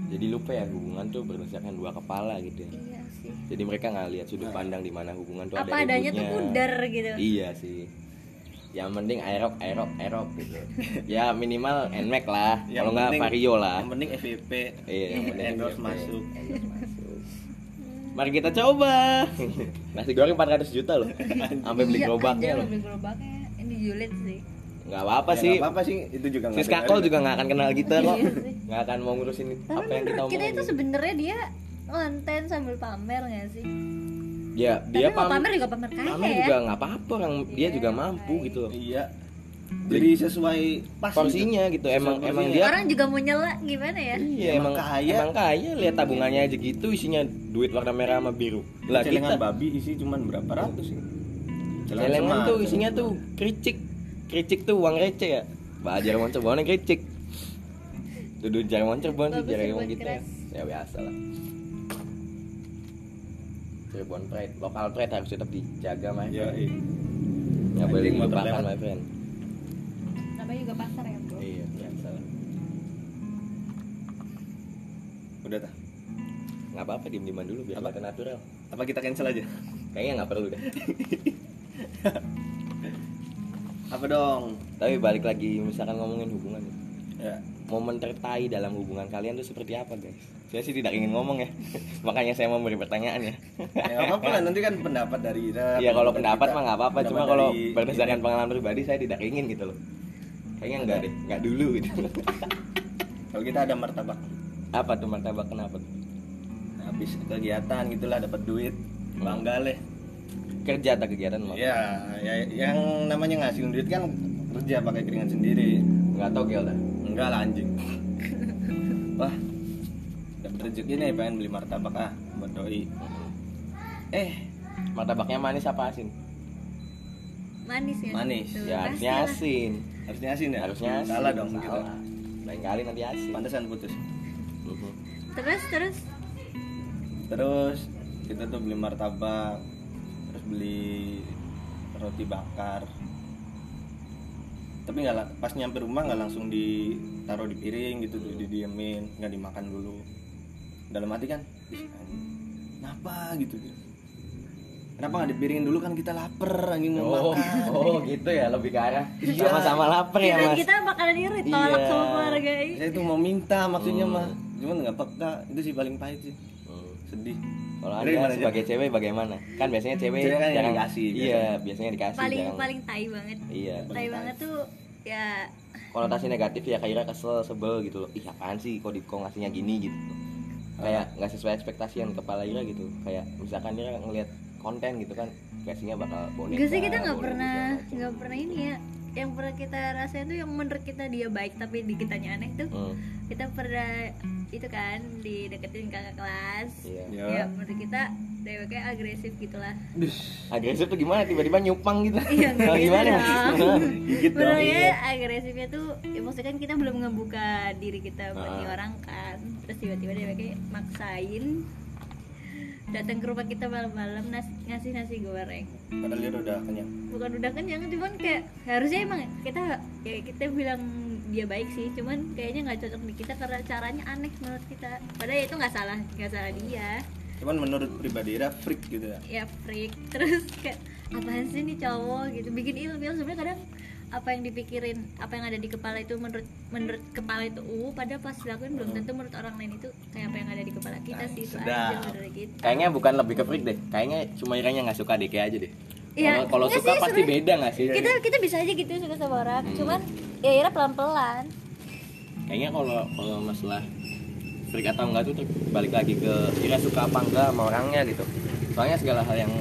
[SPEAKER 2] Jadi lupa ya hubungan tuh berdasarkan dua kepala gitu ya.
[SPEAKER 4] iya sih
[SPEAKER 2] Jadi mereka nggak lihat sudut
[SPEAKER 1] Nah.
[SPEAKER 2] pandang di mana hubungan tuh
[SPEAKER 4] apa
[SPEAKER 2] ada
[SPEAKER 4] adanya tuh
[SPEAKER 2] ributnya.
[SPEAKER 4] pudar gitu
[SPEAKER 2] Iya sih. Yang penting aerok aerok aerok gitu. ya minimal Nmax lah.
[SPEAKER 1] Yang
[SPEAKER 2] Kalau nggak
[SPEAKER 1] penting-
[SPEAKER 2] Vario lah.
[SPEAKER 1] yang penting FVP
[SPEAKER 2] Iya, yang penting
[SPEAKER 1] endorse
[SPEAKER 2] FYP.
[SPEAKER 1] masuk
[SPEAKER 2] Endorse masuk. Mari kita coba. Nasi goreng 400 juta loh. Sampai beli
[SPEAKER 4] Iya,
[SPEAKER 2] gerobaknya
[SPEAKER 4] anjir,
[SPEAKER 2] loh.
[SPEAKER 4] beli gerobaknya ini julid sih
[SPEAKER 2] Enggak apa-apa
[SPEAKER 1] Ya,
[SPEAKER 2] sih.
[SPEAKER 1] nggak apa-apa sih itu juga
[SPEAKER 2] Si
[SPEAKER 1] nggak
[SPEAKER 2] Skakol
[SPEAKER 1] dengerin.
[SPEAKER 2] juga nggak akan kenal kita kok.
[SPEAKER 4] Iya sih.
[SPEAKER 2] Nggak akan mau ngurusin
[SPEAKER 4] tapi
[SPEAKER 2] apa yang kita
[SPEAKER 4] menurut kita
[SPEAKER 2] omongin.
[SPEAKER 4] itu sebenarnya dia konten sambil pamer nggak sih
[SPEAKER 2] Ya, dia
[SPEAKER 4] tapi mau
[SPEAKER 2] pam-
[SPEAKER 4] pamer juga pamer kaya
[SPEAKER 2] pamer
[SPEAKER 4] ya
[SPEAKER 2] juga nggak apa-apa orang dia
[SPEAKER 4] Iya,
[SPEAKER 2] juga mampu
[SPEAKER 4] makanya.
[SPEAKER 2] gitu loh.
[SPEAKER 1] iya jadi sesuai pas gitu.
[SPEAKER 2] Porsinya gitu. Emang
[SPEAKER 1] Sesuai
[SPEAKER 2] emang
[SPEAKER 1] porsinya.
[SPEAKER 2] dia
[SPEAKER 4] orang ya? juga mau nyela gimana ya
[SPEAKER 2] Iya, emang
[SPEAKER 1] Emang
[SPEAKER 2] kaya.
[SPEAKER 1] kaya.
[SPEAKER 2] Emang kaya lihat tabungannya aja gitu isinya duit warna merah sama biru. Lah
[SPEAKER 1] celengan
[SPEAKER 2] kita
[SPEAKER 1] gitu. babi isi cuman berapa ratus sih
[SPEAKER 2] celengan tuh isinya tuh kericik. Kericik tuh uang receh ya. Bah Jerman Cirebon kericik. Dudu Jerman Cirebon sih
[SPEAKER 4] Bagus
[SPEAKER 2] Jerman
[SPEAKER 4] Cirebon
[SPEAKER 2] gitu ya.
[SPEAKER 4] keras.
[SPEAKER 2] Ya biasa lah. Cirebon pride, lokal pride harus tetap dijaga mah.
[SPEAKER 1] ya
[SPEAKER 2] Nggak
[SPEAKER 1] iya.
[SPEAKER 2] boleh
[SPEAKER 1] Anjing, motor
[SPEAKER 2] dilupakan
[SPEAKER 1] lewat.
[SPEAKER 2] my friend.
[SPEAKER 4] namanya juga pasar ya bro
[SPEAKER 2] Iya, biasa lah.
[SPEAKER 1] udah tah
[SPEAKER 2] Enggak apa-apa diem-dieman dulu biar
[SPEAKER 1] Apa?
[SPEAKER 2] kelihatan natural.
[SPEAKER 1] apa kita cancel aja
[SPEAKER 2] Kayaknya nggak perlu deh.
[SPEAKER 1] apa dong
[SPEAKER 2] Tapi balik lagi misalkan ngomongin hubungan ya.
[SPEAKER 1] ya
[SPEAKER 2] momen tertai dalam hubungan kalian tuh seperti apa guys? Saya sih tidak ingin ngomong ya, makanya saya mau memberi pertanyaan ya.
[SPEAKER 1] ya nggak apa-apa lah nanti kan pendapat dari kita
[SPEAKER 2] ya kalau pendapat
[SPEAKER 1] kita,
[SPEAKER 2] mah nggak apa-apa, cuma
[SPEAKER 1] Iya, pendapat
[SPEAKER 2] kalau
[SPEAKER 1] dari-
[SPEAKER 2] berdasarkan pengalaman pribadi saya tidak ingin gitu loh. Kayaknya enggak deh, enggak dulu gitu.
[SPEAKER 1] kalau kita ada martabak
[SPEAKER 2] apa tuh martabak kenapa? tuh?
[SPEAKER 1] habis kegiatan gitulah dapat duit bangga leh
[SPEAKER 2] Kerja atau kegiatan mah?
[SPEAKER 1] ya, ya yang namanya ngasih duit kan kerja pakai keringan sendiri
[SPEAKER 2] Enggak tau gel dah.
[SPEAKER 1] enggak lah anjing wah dapat rezeki nih pengen beli martabak ah buat doi eh
[SPEAKER 2] Martabaknya manis apa asin?
[SPEAKER 4] manis ya
[SPEAKER 1] Manis,
[SPEAKER 4] Tuh,
[SPEAKER 2] Ya
[SPEAKER 4] pasti
[SPEAKER 2] harusnya
[SPEAKER 4] lah.
[SPEAKER 2] asin.
[SPEAKER 1] harusnya asin ya
[SPEAKER 2] Harusnya asin.
[SPEAKER 1] salah dong kita
[SPEAKER 2] Salah. Lain kali nanti asin.
[SPEAKER 1] pantesan putus
[SPEAKER 2] Mhm.
[SPEAKER 4] terus terus
[SPEAKER 1] terus kita tuh beli martabak terus beli roti bakar tapi nggak la- pas nyampe rumah nggak langsung ditaruh di piring gitu tuh didiemin nggak dimakan dulu dalam hati kan "Ih, anjing, kenapa gitu kenapa nggak dipiringin dulu kan kita lapar angin mau
[SPEAKER 2] Oh,
[SPEAKER 1] makan Iya.
[SPEAKER 2] oh gitu ya lebih ke arah sama-sama lapar ya
[SPEAKER 4] Kirain
[SPEAKER 2] mas.
[SPEAKER 4] Iya, kita bakalan iri tolak
[SPEAKER 2] Iya.
[SPEAKER 4] sama keluarga ini
[SPEAKER 1] saya tuh mau minta maksudnya
[SPEAKER 2] Hmm.
[SPEAKER 1] mah cuman nggak peka itu sih paling pahit sih
[SPEAKER 2] Hmm.
[SPEAKER 1] sedih
[SPEAKER 2] Kalau
[SPEAKER 1] Jadi
[SPEAKER 2] anda
[SPEAKER 1] gimana,
[SPEAKER 2] sebagai cewek bagaimana? Kan biasanya cewek
[SPEAKER 1] Cewek kan yang
[SPEAKER 2] jarang
[SPEAKER 1] dikasih,
[SPEAKER 2] Iya, biasanya dikasih.
[SPEAKER 4] paling
[SPEAKER 2] jarang-
[SPEAKER 4] paling tai banget
[SPEAKER 2] Iya.
[SPEAKER 4] tai banget tuh ya
[SPEAKER 2] Konotasi negatif ya kayak kesel, sebel gitu loh. Ih apaan sih kok di kok ngasihnya gini gitu.
[SPEAKER 1] Ah.
[SPEAKER 2] Kayak nggak sesuai ekspektasi yang kepala Ira gitu. Kayak misalkan Ira ngelihat konten gitu kan ngasihnya bakal boneka.
[SPEAKER 4] Gak sih kita nggak
[SPEAKER 2] boneka,
[SPEAKER 4] pernah
[SPEAKER 2] segala macam.
[SPEAKER 4] nggak pernah ini ya yang pernah kita rasain tuh yang menurut kita dia baik tapi di kitanya aneh tuh
[SPEAKER 2] Hmm,
[SPEAKER 4] kita pernah itu kan dideketin kakak kelas
[SPEAKER 2] iya.
[SPEAKER 4] ya menurut kita DWK agresif gitu gitulah
[SPEAKER 2] Agresif tuh gimana? Tiba-tiba nyupang gitu.
[SPEAKER 4] Iya, nggak
[SPEAKER 2] Oh,
[SPEAKER 4] gitu
[SPEAKER 2] gimana? Nah, gitu. Iya.
[SPEAKER 4] dong. ya-
[SPEAKER 1] Gigit dong.
[SPEAKER 4] Menurutnya agresifnya tuh ya maksudnya kan kita belum ngebuka diri kita buat
[SPEAKER 2] Ah.
[SPEAKER 4] nih orang kan terus tiba-tiba dia kayak maksain datang ke rumah kita malam-malam nas- ngasih nasi goreng
[SPEAKER 1] padahal dia udah kenyang
[SPEAKER 4] bukan udah kenyang cuman kayak harusnya emang kita ya kita bilang dia baik sih cuman kayaknya nggak cocok di kita karena caranya aneh menurut kita padahal itu nggak salah nggak salah dia
[SPEAKER 1] cuman menurut pribadi Ira freak gitu ya
[SPEAKER 4] ya freak terus kayak apaan sih nih cowok gitu bikin ilmiah sebenarnya kadang apa yang dipikirin apa yang ada di kepala itu menurut menurut kepala itu uh padahal pas dilakuin belum tentu menurut orang lain itu kayak apa yang ada di kepala kita
[SPEAKER 1] Nah,
[SPEAKER 4] sih itu
[SPEAKER 1] sedap.
[SPEAKER 4] aja menurut kita
[SPEAKER 2] Kayaknya bukan lebih ke freak deh. Kayaknya cuma Iranya nggak suka deh kayak aja deh.
[SPEAKER 4] Iya.
[SPEAKER 2] Kalau- Kalau
[SPEAKER 4] Nggak
[SPEAKER 2] suka
[SPEAKER 4] sih,
[SPEAKER 2] pasti Iya,
[SPEAKER 4] sebenarnya-
[SPEAKER 2] beda nggak sih?
[SPEAKER 4] ya, kita kita bisa aja gitu suka sama orang cuman ya Ira pelan pelan
[SPEAKER 2] kayaknya kalau kalau masalah freak atau enggak tuh balik lagi ke kita suka apa enggak sama orangnya gitu soalnya segala hal yang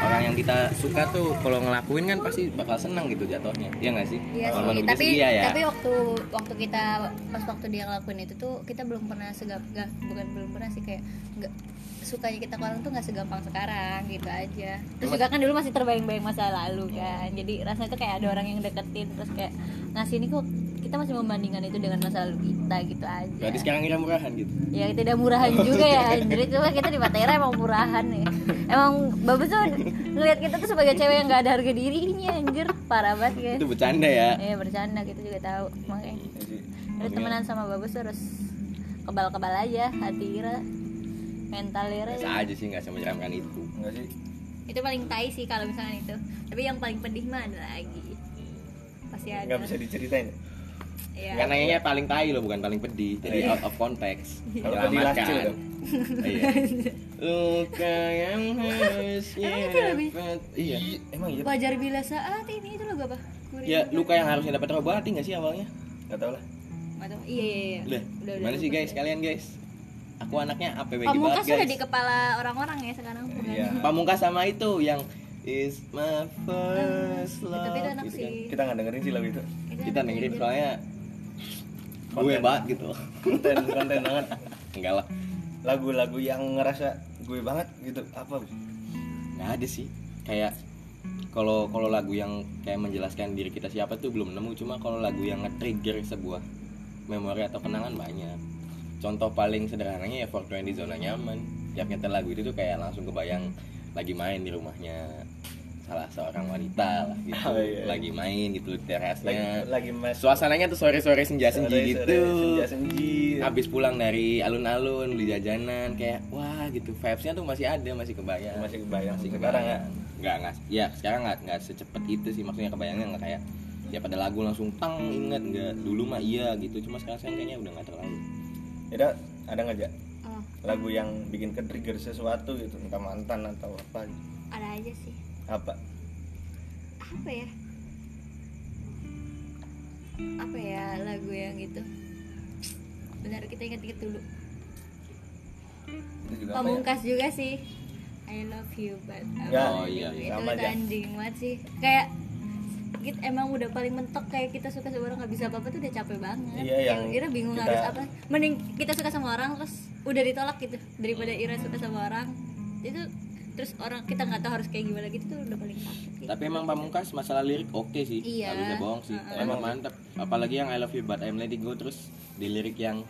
[SPEAKER 2] orang yang kita suka tuh kalau ngelakuin kan pasti bakal senang gitu jatuhnya iya nggak sih
[SPEAKER 4] Iya
[SPEAKER 2] Kalau
[SPEAKER 4] sih,
[SPEAKER 2] menurut gue
[SPEAKER 4] tapi
[SPEAKER 2] sih iya ya
[SPEAKER 4] tapi waktu waktu kita pas waktu dia ngelakuin itu tuh kita belum pernah segagah bukan belum pernah sih kayak nggak sukanya kita ke orang tuh nggak segampang sekarang gitu aja. Terus juga kan dulu masih terbayang-bayang masa lalu
[SPEAKER 2] Iya.
[SPEAKER 4] kan. Jadi rasanya tuh kayak ada orang yang deketin terus kayak ngasih ini kok kita masih membandingkan itu dengan masa lalu kita gitu aja.
[SPEAKER 2] berarti sekarang kita murahan gitu
[SPEAKER 4] Ya tidak murahan juga ya. Jadi cuma kita di Matera emang murahan ya. Emang bagus tuh ngelihat kita tuh sebagai cewek yang nggak ada harga dirinya anjir. Parah banget kan? guys.
[SPEAKER 2] itu bercanda ya
[SPEAKER 4] Iya bercanda kita juga tahu makanya. Terus temenan sama bagus terus kebal-kebal aja hati ira mental ira.
[SPEAKER 2] biasa aja sih nggak semenyeramkan itu
[SPEAKER 1] Enggak sih
[SPEAKER 4] Itu paling tai sih kalau misalnya itu. Tapi yang paling pedih mah ada lagi. Pasti ada.
[SPEAKER 1] nggak bisa diceritain
[SPEAKER 4] Iya.
[SPEAKER 2] Karena ini paling tai loh, bukan paling pedih. Jadi out of context.
[SPEAKER 1] Kalau pedih lacu
[SPEAKER 2] Menyelamatkan.
[SPEAKER 1] dong.
[SPEAKER 2] Iya. Luka yang harusnya
[SPEAKER 4] Emang itu lebih?
[SPEAKER 2] dapat. Iya.
[SPEAKER 1] emang iya
[SPEAKER 4] Wajar bila saat ini itu lagu apa? Kurindu.
[SPEAKER 2] Ya, luka yang harusnya dapat terobati nggak sih awalnya?
[SPEAKER 1] nggak tau lah
[SPEAKER 4] Nggak tahu. Iya iya iya.
[SPEAKER 2] Udah. Gimana sih
[SPEAKER 4] lupa
[SPEAKER 2] guys,
[SPEAKER 4] sih.
[SPEAKER 2] kalian guys? Aku anaknya APBG banget
[SPEAKER 4] Pamungkas sudah
[SPEAKER 2] guys.
[SPEAKER 4] di kepala orang-orang ya sekarang bukan?
[SPEAKER 1] Iya.
[SPEAKER 2] Pamungkas sama itu yang is my first love.
[SPEAKER 4] Tapi itu enak
[SPEAKER 2] gitu
[SPEAKER 4] sih.
[SPEAKER 2] kan.
[SPEAKER 1] kita nggak dengerin sih lagu itu
[SPEAKER 4] Itu
[SPEAKER 2] Kita
[SPEAKER 4] enak
[SPEAKER 2] dengerin
[SPEAKER 4] aja.
[SPEAKER 2] soalnya gue banget gitu.
[SPEAKER 1] konten konten banget
[SPEAKER 2] Enggak lah.
[SPEAKER 1] lagu-lagu yang ngerasa gue banget gitu apa
[SPEAKER 2] nggak ada sih kayak kalau kalau lagu yang kayak menjelaskan diri kita siapa tuh belum nemu cuma kalau lagu yang nge-trigger sebuah memori atau kenangan banyak contoh paling sederhananya ya 420 di zona nyaman tiap nyetel lagu itu tuh kayak langsung kebayang lagi main di rumahnya salah seorang wanita lah gitu
[SPEAKER 1] Oh, iya.
[SPEAKER 2] lagi main gitu di terasnya
[SPEAKER 1] lagi mas
[SPEAKER 2] suasananya tuh sore-sore senja-senji
[SPEAKER 1] sore-
[SPEAKER 2] gitu
[SPEAKER 1] sore, senja-senji
[SPEAKER 2] abis pulang dari alun-alun beli jajanan kayak wah gitu vibesnya tuh masih ada masih kebayang
[SPEAKER 1] masih kebayang
[SPEAKER 2] masih
[SPEAKER 1] masih sekarang
[SPEAKER 2] kebayang
[SPEAKER 1] ya
[SPEAKER 2] nggak nggak ya sekarang nggak nggak secepat itu sih maksudnya kebayangnya nggak kayak ya pada lagu langsung tang inget nggak dulu mah iya gitu cuma sekarang saya kayaknya udah nggak terlalu
[SPEAKER 1] ada ada nggak ja
[SPEAKER 4] Oh,
[SPEAKER 1] lagu yang bikin ke trigger sesuatu gitu entah mantan atau apa gitu.
[SPEAKER 4] ada aja sih.
[SPEAKER 1] apa
[SPEAKER 4] apa ya apa ya lagu yang gitu benar kita inget-inget dulu
[SPEAKER 1] itu juga apa ya?
[SPEAKER 4] pamungkas juga sih I love you but I'm
[SPEAKER 1] Ya,
[SPEAKER 2] oh iya,
[SPEAKER 4] lonely.
[SPEAKER 1] iya,
[SPEAKER 4] itu
[SPEAKER 1] sama
[SPEAKER 4] itu
[SPEAKER 1] aja.
[SPEAKER 4] anjing banget sih kayak kita emang udah paling mentok kayak kita suka sama orang nggak bisa apa-apa tuh udah capek banget
[SPEAKER 1] Iya, yang
[SPEAKER 4] Ira bingung
[SPEAKER 1] kita-
[SPEAKER 4] harus apa mending kita suka sama orang terus udah ditolak gitu daripada
[SPEAKER 1] Hmm.
[SPEAKER 4] Ira suka sama orang itu terus orang kita nggak tahu harus kayak gimana gitu tuh udah paling sakit gitu.
[SPEAKER 2] tapi emang pamungkas masalah lirik oke sih
[SPEAKER 4] Iya.
[SPEAKER 2] nggak bisa bohong sih emang mantep apalagi yang I love you but I'm letting go terus di lirik yang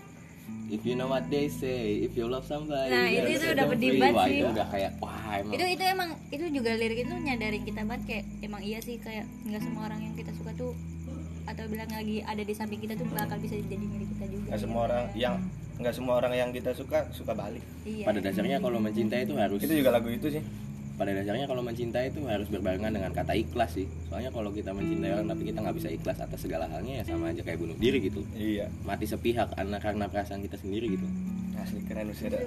[SPEAKER 2] If you know what they say, if you love somebody,
[SPEAKER 4] Nah,
[SPEAKER 2] you
[SPEAKER 4] itu-
[SPEAKER 2] should
[SPEAKER 4] itu udah
[SPEAKER 2] be
[SPEAKER 4] pedih
[SPEAKER 2] free.
[SPEAKER 4] banget
[SPEAKER 2] Wah,
[SPEAKER 4] sih.
[SPEAKER 2] Itu udah kayak wah emang.
[SPEAKER 1] Hmm.
[SPEAKER 4] itu itu emang itu juga lirik itu nyadarin kita banget kayak emang iya sih kayak nggak semua orang yang kita suka tuh atau bilang lagi ada di samping kita tuh bakal bisa jadi milik kita juga
[SPEAKER 1] nggak semua orang iya, yang nggak semua orang yang kita suka suka balik
[SPEAKER 4] iya
[SPEAKER 2] Pada dasarnya kalau mencintai itu harus
[SPEAKER 1] itu juga lagu itu sih
[SPEAKER 2] pada dasarnya kalau mencintai itu harus berbarengan dengan kata ikhlas sih soalnya kalau kita mencintai orang tapi kita nggak bisa ikhlas atas segala halnya ya sama aja kayak bunuh diri gitu
[SPEAKER 1] iya
[SPEAKER 2] mati sepihak karena karena perasaan kita sendiri gitu
[SPEAKER 1] asli keren sih ada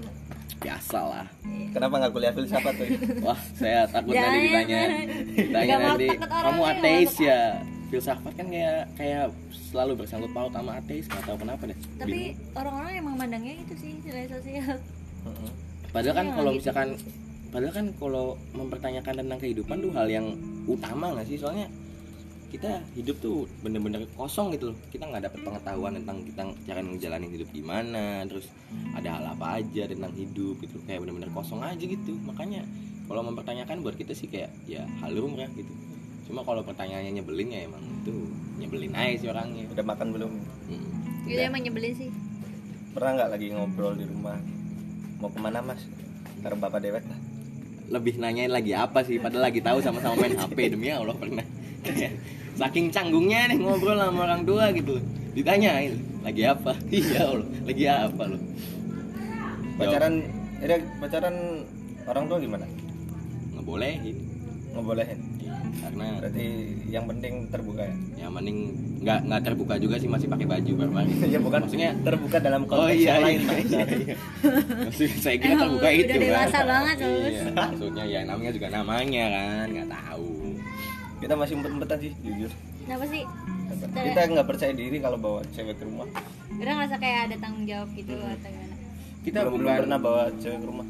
[SPEAKER 2] biasa lah
[SPEAKER 1] kenapa nggak kuliah filsafat tuh
[SPEAKER 2] wah saya takut
[SPEAKER 4] Jangan,
[SPEAKER 2] nanti ditanya
[SPEAKER 4] jangan.
[SPEAKER 2] ditanya
[SPEAKER 4] Nggak mau
[SPEAKER 2] nanti
[SPEAKER 4] takut orang
[SPEAKER 2] kamu
[SPEAKER 4] nih,
[SPEAKER 2] ateis
[SPEAKER 4] masuk
[SPEAKER 2] ya filsafat kan kayak kayak selalu bersangkut paut sama ateis nggak tahu kenapa deh
[SPEAKER 4] tapi orang-orang emang mandangnya itu sih nilai sosial
[SPEAKER 2] Padahal kan
[SPEAKER 4] Iya,
[SPEAKER 2] kalau
[SPEAKER 4] gitu.
[SPEAKER 2] misalkan padahal kan kalau mempertanyakan tentang kehidupan tuh hal yang utama nggak sih soalnya kita hidup tuh bener-bener kosong gitu loh kita nggak dapet pengetahuan tentang kita cara ngejalanin hidup gimana terus ada hal apa aja tentang hidup gitu kayak bener-bener kosong aja gitu makanya kalau mempertanyakan buat kita sih kayak ya hal lumrah gitu cuma kalau pertanyaannya nyebelin ya emang itu nyebelin aja sih orangnya
[SPEAKER 1] udah makan belum
[SPEAKER 2] Mm.
[SPEAKER 4] itu
[SPEAKER 1] Iya.
[SPEAKER 2] Udah.
[SPEAKER 4] Gitu, emang nyebelin sih
[SPEAKER 1] pernah nggak lagi ngobrol di rumah mau kemana mas ntar bapak dewek lah
[SPEAKER 2] lebih nanyain lagi apa sih padahal lagi tahu sama-sama main HP demi Allah pernah saking canggungnya nih ngobrol sama orang tua gitu loh ditanyain lagi apa iya Allah lagi apa lo
[SPEAKER 1] pacaran Ira pacaran orang tua gimana
[SPEAKER 2] nggak boleh
[SPEAKER 1] ngebolehin
[SPEAKER 2] karena
[SPEAKER 1] berarti yang penting terbuka ya
[SPEAKER 2] yang mending nggak nggak terbuka juga sih masih pakai baju bareng
[SPEAKER 1] ya bukan
[SPEAKER 2] maksudnya
[SPEAKER 1] terbuka dalam konteks
[SPEAKER 2] Iya, oh iya,
[SPEAKER 1] yang
[SPEAKER 2] iya,
[SPEAKER 1] lain
[SPEAKER 2] iya, iya. maksudnya saya kira
[SPEAKER 4] Emang
[SPEAKER 2] terbuka
[SPEAKER 4] udah
[SPEAKER 2] itu
[SPEAKER 4] dewasa
[SPEAKER 2] Bang.
[SPEAKER 4] banget, Sus.
[SPEAKER 2] iya, maksudnya ya namanya juga namanya kan nggak tahu
[SPEAKER 1] kita masih umpet-umpetan sih jujur
[SPEAKER 4] kenapa sih
[SPEAKER 1] kita nggak percaya diri kalau bawa cewek ke rumah
[SPEAKER 4] Ira ngerasa kayak ada tanggung jawab gitu atau gimana
[SPEAKER 2] kita
[SPEAKER 1] belum, belum
[SPEAKER 2] bukan
[SPEAKER 1] pernah bawa cewek ke rumah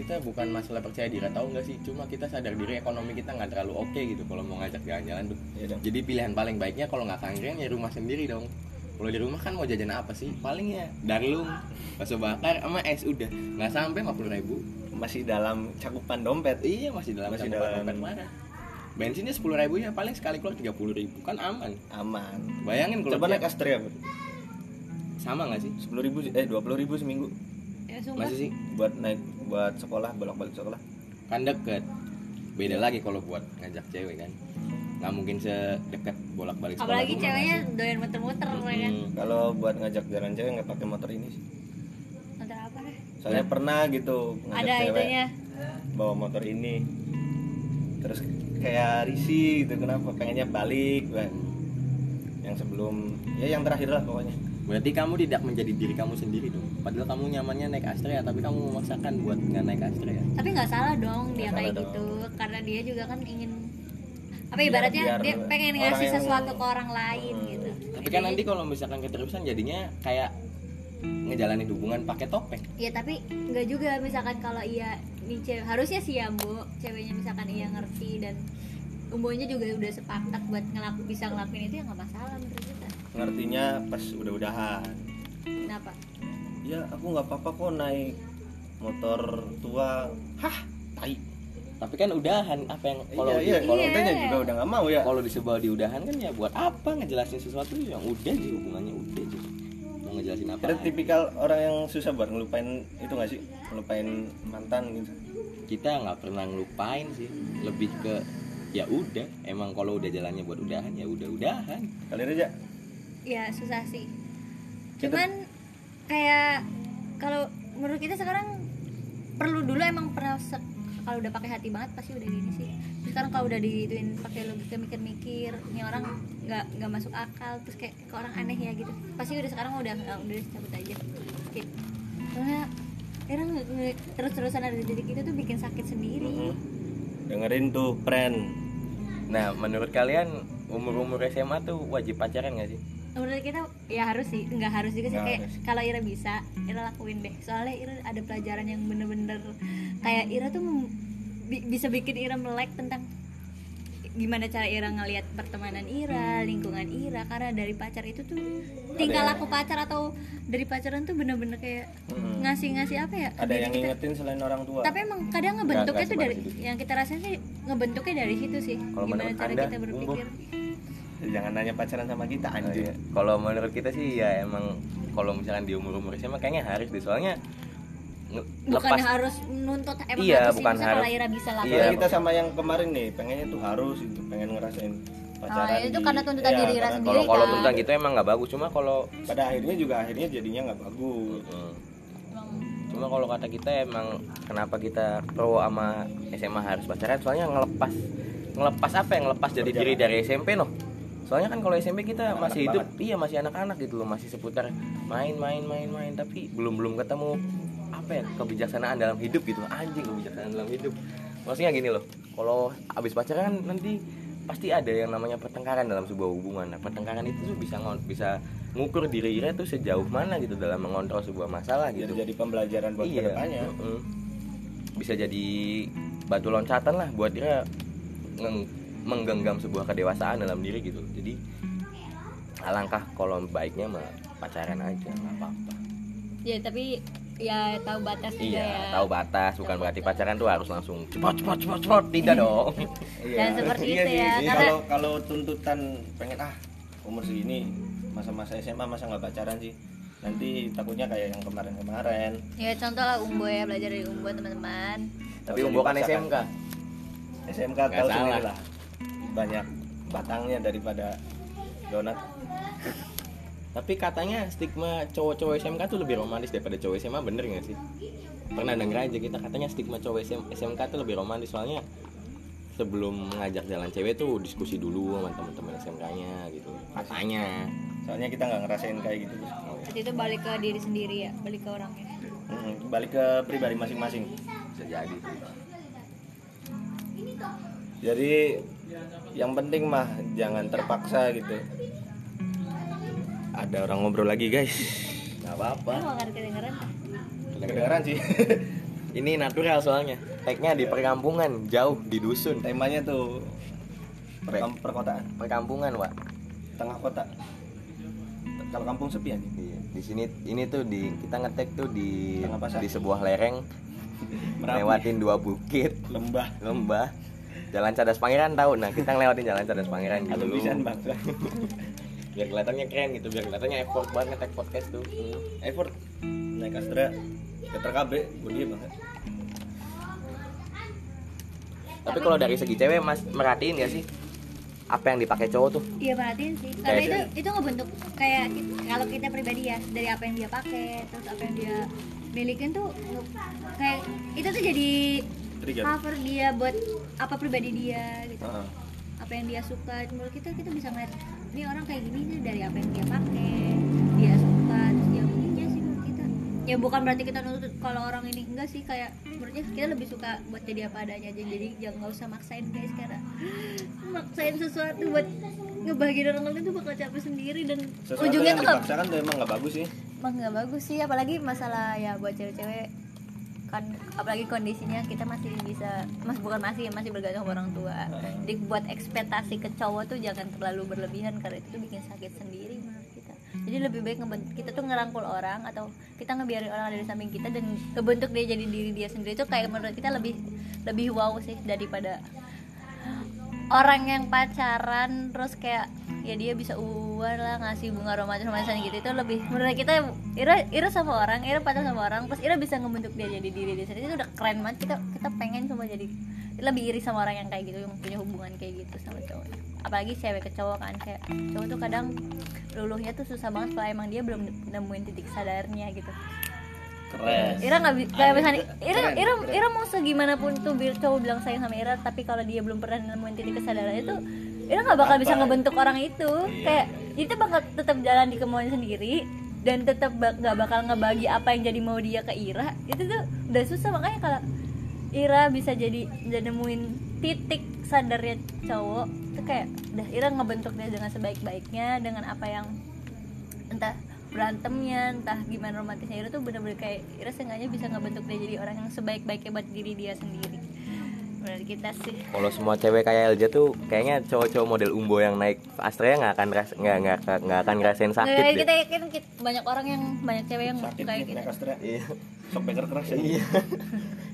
[SPEAKER 2] kita bukan masalah percaya diri atau enggak sih cuma kita sadar diri ekonomi kita nggak terlalu oke gitu kalau mau ngajak jalan-jalan tuh
[SPEAKER 1] Iya dong.
[SPEAKER 2] jadi pilihan paling baiknya kalau nggak kangen ya rumah sendiri dong kalau di rumah kan mau jajan apa sih paling ya darlum bakso bakar sama es udah nggak sampai 50.000 ribu
[SPEAKER 1] masih dalam cakupan dompet
[SPEAKER 2] iya masih dalam
[SPEAKER 1] Masih
[SPEAKER 2] cakupan
[SPEAKER 1] dalam.
[SPEAKER 2] dompet mana bensinnya 10.000 ribu ya paling sekali keluar 30.000 ribu kan aman
[SPEAKER 1] aman
[SPEAKER 2] bayangin kalau
[SPEAKER 1] coba
[SPEAKER 2] dia-
[SPEAKER 1] naik Astrea
[SPEAKER 2] sama nggak sih
[SPEAKER 1] sepuluh ribu eh dua puluh ribu seminggu
[SPEAKER 4] ya sumpah
[SPEAKER 2] masih sih
[SPEAKER 1] buat naik buat sekolah bolak balik sekolah
[SPEAKER 2] kan deket beda lagi kalau buat ngajak cewek kan nggak mungkin sedekat bolak-balik sekolah
[SPEAKER 4] apalagi
[SPEAKER 2] rumah
[SPEAKER 4] ceweknya
[SPEAKER 2] nggak
[SPEAKER 4] doyan muter-muter ya
[SPEAKER 2] sih?
[SPEAKER 4] kan
[SPEAKER 2] Hmm.
[SPEAKER 1] kalau buat ngajak jalan cewek nggak pakai motor ini sih
[SPEAKER 4] muter apa deh
[SPEAKER 1] soalnya pernah gitu ngajak
[SPEAKER 4] ada
[SPEAKER 1] cewek
[SPEAKER 4] itunya
[SPEAKER 1] bawa motor ini terus kayak risih gitu kenapa pengennya balik lah. yang sebelum ya yang terakhir lah pokoknya
[SPEAKER 2] berarti kamu tidak menjadi diri kamu sendiri dong padahal kamu nyamannya naik Astrea tapi kamu memaksakan buat nggak naik ya. Astrea
[SPEAKER 4] tapi nggak salah dong dia
[SPEAKER 1] Nggak
[SPEAKER 4] kayak
[SPEAKER 1] salah
[SPEAKER 4] gitu karena dia juga kan ingin apa
[SPEAKER 1] Biar-
[SPEAKER 4] ibaratnya
[SPEAKER 1] biar
[SPEAKER 4] dia pengen
[SPEAKER 1] orang
[SPEAKER 4] ngasih
[SPEAKER 1] yang-
[SPEAKER 4] sesuatu ke orang lain
[SPEAKER 1] Hmm.
[SPEAKER 4] gitu
[SPEAKER 2] tapi kan nanti kalau misalkan keterusan jadinya kayak ngejalanin hubungan pakai topeng
[SPEAKER 4] ya tapi nggak juga misalkan kalau iya nih cewek harusnya sih ya Mbo, ceweknya misalkan iya ngerti dan umbonya juga udah sepakat buat ngelak bisa ngelakuin itu ya nggak masalah menurut kita
[SPEAKER 1] ngertinya pas udah-udahan
[SPEAKER 4] kenapa
[SPEAKER 1] ya aku nggak apa-apa kok naik motor tua hah tai
[SPEAKER 2] tapi kan udahan apa yang kalau
[SPEAKER 1] iya,
[SPEAKER 2] di-
[SPEAKER 1] iya, kalau
[SPEAKER 4] Iya.
[SPEAKER 1] ditanya juga udah nggak mau ya
[SPEAKER 2] kalau disebal di udahan kan ya buat apa ngejelasin sesuatu yang udah sih hubungannya udah sih mau ngejelasin apa
[SPEAKER 1] ada tipikal orang yang susah buat ngelupain itu nggak sih ngelupain mantan gitu
[SPEAKER 2] kita nggak pernah ngelupain sih lebih ke ya udah emang kalau udah jalannya buat udahan ya udah udahan
[SPEAKER 1] kali aja
[SPEAKER 4] ya susah sih
[SPEAKER 1] Kita-
[SPEAKER 4] cuman kayak kalau menurut kita sekarang perlu dulu emang pernah se- kalau udah pakai hati banget pasti udah gini sih terus sekarang kalau udah diituin pakai logika mikir-mikir ini orang nggak nggak masuk akal terus kayak ke orang aneh ya gitu pasti udah sekarang udah nggak udah cabut aja skip karena karena nge- nge- terus-terusan ada di titik itu tuh bikin sakit sendiri
[SPEAKER 1] Mhm. dengerin tuh friend
[SPEAKER 2] nah menurut kalian umur umur SMA tuh wajib pacaran nggak sih
[SPEAKER 4] menurut kita ya harus sih nggak harus juga sih
[SPEAKER 1] Nggak
[SPEAKER 4] kayak
[SPEAKER 1] harus.
[SPEAKER 4] kalau Ira bisa Ira lakuin deh soalnya Ira ada pelajaran yang bener-bener kayak Ira tuh mem- bi- bisa bikin Ira melek tentang gimana cara Ira ngelihat pertemanan Ira lingkungan Ira karena dari pacar itu tuh tingkah
[SPEAKER 1] Ada-
[SPEAKER 4] laku pacar atau dari pacaran tuh bener-bener kayak
[SPEAKER 1] Mhm.
[SPEAKER 4] ngasih-ngasih apa ya
[SPEAKER 1] ada
[SPEAKER 4] dari
[SPEAKER 1] yang
[SPEAKER 4] kita-
[SPEAKER 1] ngingetin selain orang tua
[SPEAKER 4] tapi emang kadang ngebentuknya
[SPEAKER 2] nggak
[SPEAKER 4] tuh dari
[SPEAKER 2] sebatas itu.
[SPEAKER 4] yang kita rasain sih ngebentuknya dari situ sih
[SPEAKER 2] Kalau
[SPEAKER 4] gimana
[SPEAKER 2] menurut
[SPEAKER 4] cara
[SPEAKER 2] Anda,
[SPEAKER 4] kita
[SPEAKER 2] Bung Bob?
[SPEAKER 4] berpikir
[SPEAKER 1] jangan nanya pacaran sama kita anjing
[SPEAKER 2] Iya. kalau menurut kita sih ya emang kalau misalkan di umur umur SMA kayaknya harus deh soalnya nge-
[SPEAKER 4] bukan
[SPEAKER 2] lepas
[SPEAKER 4] harus menuntut emang
[SPEAKER 2] Iya,
[SPEAKER 4] sih,
[SPEAKER 2] bukan
[SPEAKER 4] misalnya kalau
[SPEAKER 2] harus.
[SPEAKER 4] Ira bisa lakuin gitu
[SPEAKER 1] Soalnya
[SPEAKER 2] Iya.
[SPEAKER 1] kita sama yang kemarin nih pengennya tuh harus itu pengen ngerasain pacaran
[SPEAKER 4] Oh, iya, itu
[SPEAKER 1] di-
[SPEAKER 4] karena tuntutan diri
[SPEAKER 1] karena-
[SPEAKER 4] sendiri
[SPEAKER 2] kalau kalau
[SPEAKER 4] kan.
[SPEAKER 2] tentang gitu emang nggak bagus cuma kalau
[SPEAKER 1] pada akhirnya juga akhirnya jadinya nggak bagus
[SPEAKER 2] Mm.
[SPEAKER 4] Emang
[SPEAKER 2] cuma kalau kata kita emang kenapa kita pro sama SMA harus pacaran soalnya ngelepas ngelepas apa yang ngelepas dari diri dari SMP loh soalnya kan kalau SMP kita
[SPEAKER 1] Anak-anak
[SPEAKER 2] masih hidup iya masih anak-anak gitu loh masih seputar main main main main tapi belum belum ketemu apa ya kebijaksanaan dalam hidup gitu anjing kebijaksanaan dalam hidup maksudnya gini loh kalau abis pacaran kan nanti pasti ada yang namanya pertengkaran dalam sebuah hubungan nah pertengkaran itu tuh bisa ngon- bisa ngukur diri kita tuh sejauh mana gitu dalam mengontrol sebuah masalah
[SPEAKER 1] Biar
[SPEAKER 2] gitu
[SPEAKER 1] jadi pembelajaran buat kedepannya
[SPEAKER 2] mm-mm. Bisa jadi batu loncatan lah buat dia ngeng- menggenggam sebuah kedewasaan dalam diri gitu. Jadi alangkah kalau baiknya mah pacaran aja nggak apa-apa.
[SPEAKER 4] ya tapi ya tahu batas juga
[SPEAKER 2] Iya,
[SPEAKER 4] ya
[SPEAKER 2] tahu batas bukan berarti pacaran tuh harus langsung cepot cepot cepot cepot tidak dong.
[SPEAKER 4] Dan seperti
[SPEAKER 1] Iya
[SPEAKER 4] itu
[SPEAKER 1] sih,
[SPEAKER 4] ya,
[SPEAKER 1] sih.
[SPEAKER 4] karena-
[SPEAKER 1] kalau kalau tuntutan pengen ah umur segini masa-masa SMA masa nggak pacaran sih nanti takutnya kayak yang kemarin-kemarin
[SPEAKER 4] ya contoh lah umbo ya belajar dari umbo teman-teman
[SPEAKER 2] Tapi umbo kan SMK.
[SPEAKER 1] SMK
[SPEAKER 2] Nggak
[SPEAKER 1] tahu
[SPEAKER 2] salah.
[SPEAKER 1] sendiri lah banyak batangnya daripada donat
[SPEAKER 2] Tapi katanya stigma cowok-cowok SMK tuh lebih romantis daripada cowok SMA bener nggak sih? Pernah denger aja kita katanya stigma cowok SM SMK tuh lebih romantis soalnya sebelum ngajak jalan cewek tuh diskusi dulu sama teman-teman SMK-nya gitu. Katanya.
[SPEAKER 1] soalnya kita nggak ngerasain kayak gitu
[SPEAKER 4] Berarti itu balik ke diri sendiri ya balik ke orangnya
[SPEAKER 1] Mm, balik ke pribadi masing-masing
[SPEAKER 2] Bisa jadi. sih.
[SPEAKER 1] Jadi yang penting mah jangan terpaksa gitu ada orang ngobrol lagi guys
[SPEAKER 2] nggak apa-apa
[SPEAKER 4] Lu gak ada kedengeran
[SPEAKER 1] kedengeran sih
[SPEAKER 2] ini natural soalnya tagnya di perkampungan jauh di dusun
[SPEAKER 1] temanya tuh perkam- perkotaan
[SPEAKER 2] perkampungan pak
[SPEAKER 1] tengah kota kalau kampung sepi ya
[SPEAKER 2] Iya, di sini ini tuh di kita ngetek tuh di
[SPEAKER 1] Tengah pasar.
[SPEAKER 2] di sebuah lereng
[SPEAKER 1] Merapi.
[SPEAKER 2] lewatin dua bukit
[SPEAKER 1] lembah
[SPEAKER 2] lembah jalan cadas pangeran tahu nah kita ngelewatin jalan cadas pangeran gitu.
[SPEAKER 1] atau
[SPEAKER 2] dulu
[SPEAKER 1] pisan bangsa
[SPEAKER 2] biar kelihatannya keren gitu biar kelihatannya effort banget ngetek podcast tuh
[SPEAKER 1] effort naik Astra keter KB gue dia banget
[SPEAKER 2] tapi kalau dari segi cewek mas merhatiin ya sih apa yang dipakai cowok tuh
[SPEAKER 4] Iya perhatiin sih
[SPEAKER 2] Kayak
[SPEAKER 4] Karena itu itu ngebentuk kayak ki- kalau kita pribadi ya Dari apa yang dia pakai Terus apa yang dia milikin tuh nge- Kayak itu tuh jadi
[SPEAKER 2] Iya.
[SPEAKER 1] trigger
[SPEAKER 4] cover dia buat apa pribadi dia gitu
[SPEAKER 1] Heeh.
[SPEAKER 4] apa yang dia suka menurut kita kita bisa ngeliat ini orang kayak gini nih dari apa yang dia pakai dia suka terus dia punya sih menurut kita ya bukan berarti kita nuntut kalau orang ini enggak sih kayak menurutnya kita lebih suka buat jadi apa adanya aja jadi jangan nggak usah maksain guys karena maksain sesuatu buat ngebahagiain orang lain itu bakal capek sendiri dan
[SPEAKER 1] sesuatu
[SPEAKER 4] ujungnya
[SPEAKER 1] yang
[SPEAKER 4] tuh nggak-
[SPEAKER 1] dipaksakan tuh emang nggak bagus sih
[SPEAKER 4] emang nggak bagus sih apalagi masalah ya buat cewek-cewek kan apalagi kondisinya kita masih bisa mas bukan masih masih bergantung sama orang tua jadi buat ekspektasi ke cowok tuh jangan terlalu berlebihan karena itu tuh bikin sakit sendiri menurut kita jadi lebih baik ngebentuk kita tuh ngerangkul orang atau kita ngebiarin orang ada di samping kita dan kebentuk dia jadi diri dia sendiri itu kayak menurut kita lebih lebih wow sih daripada orang yang pacaran terus kayak ya dia bisa uan lah ngasih bunga romantis romantisan gitu itu lebih menurut kita Ira Ira sama orang Ira pacaran sama orang terus Ira bisa ngebentuk dia jadi diri dia sendiri itu udah keren banget kita kita pengen cuma jadi lebih iri sama orang yang kayak gitu yang punya hubungan kayak gitu sama cowok apalagi cewek ke cowok kan kayak cowok tuh kadang luluhnya tuh susah banget kalau emang dia belum nemuin titik sadarnya gitu
[SPEAKER 1] keren
[SPEAKER 4] Ira nggak bi- kayak misalnya Ira Ira Ira mau segimana pun tuh biar cowok bilang sayang sama Ira tapi kalau dia belum pernah nemuin titik kesadaran itu Ira nggak bakal bisa ngebentuk orang itu kayak itu bakal tetap jalan di kemauan sendiri dan tetap ba- nggak bakal ngebagi apa yang jadi mau dia ke Ira itu tuh udah susah makanya kalau Ira bisa jadi udah nemuin titik sadarnya cowok itu kayak udah Ira ngebentuk dia dengan sebaik-baiknya dengan apa yang entah berantemnya entah gimana romantisnya Ira tuh bener-bener kayak Ira seenggaknya bisa ngebentuk dia jadi orang yang sebaik-baiknya buat diri dia sendiri menurut kita sih
[SPEAKER 2] kalau semua cewek kayak Elja tuh kayaknya cowok-cowok model Umbo yang naik Astrea nggak akan ras nggak nggak nggak akan ngerasain sakit
[SPEAKER 4] Nggak,
[SPEAKER 2] deh
[SPEAKER 4] kita yakin kit- banyak orang yang banyak cewek yang
[SPEAKER 1] sakit
[SPEAKER 4] kayak
[SPEAKER 1] nih
[SPEAKER 4] gitu
[SPEAKER 1] naik Astra
[SPEAKER 2] Iya.
[SPEAKER 1] sok beker keras ya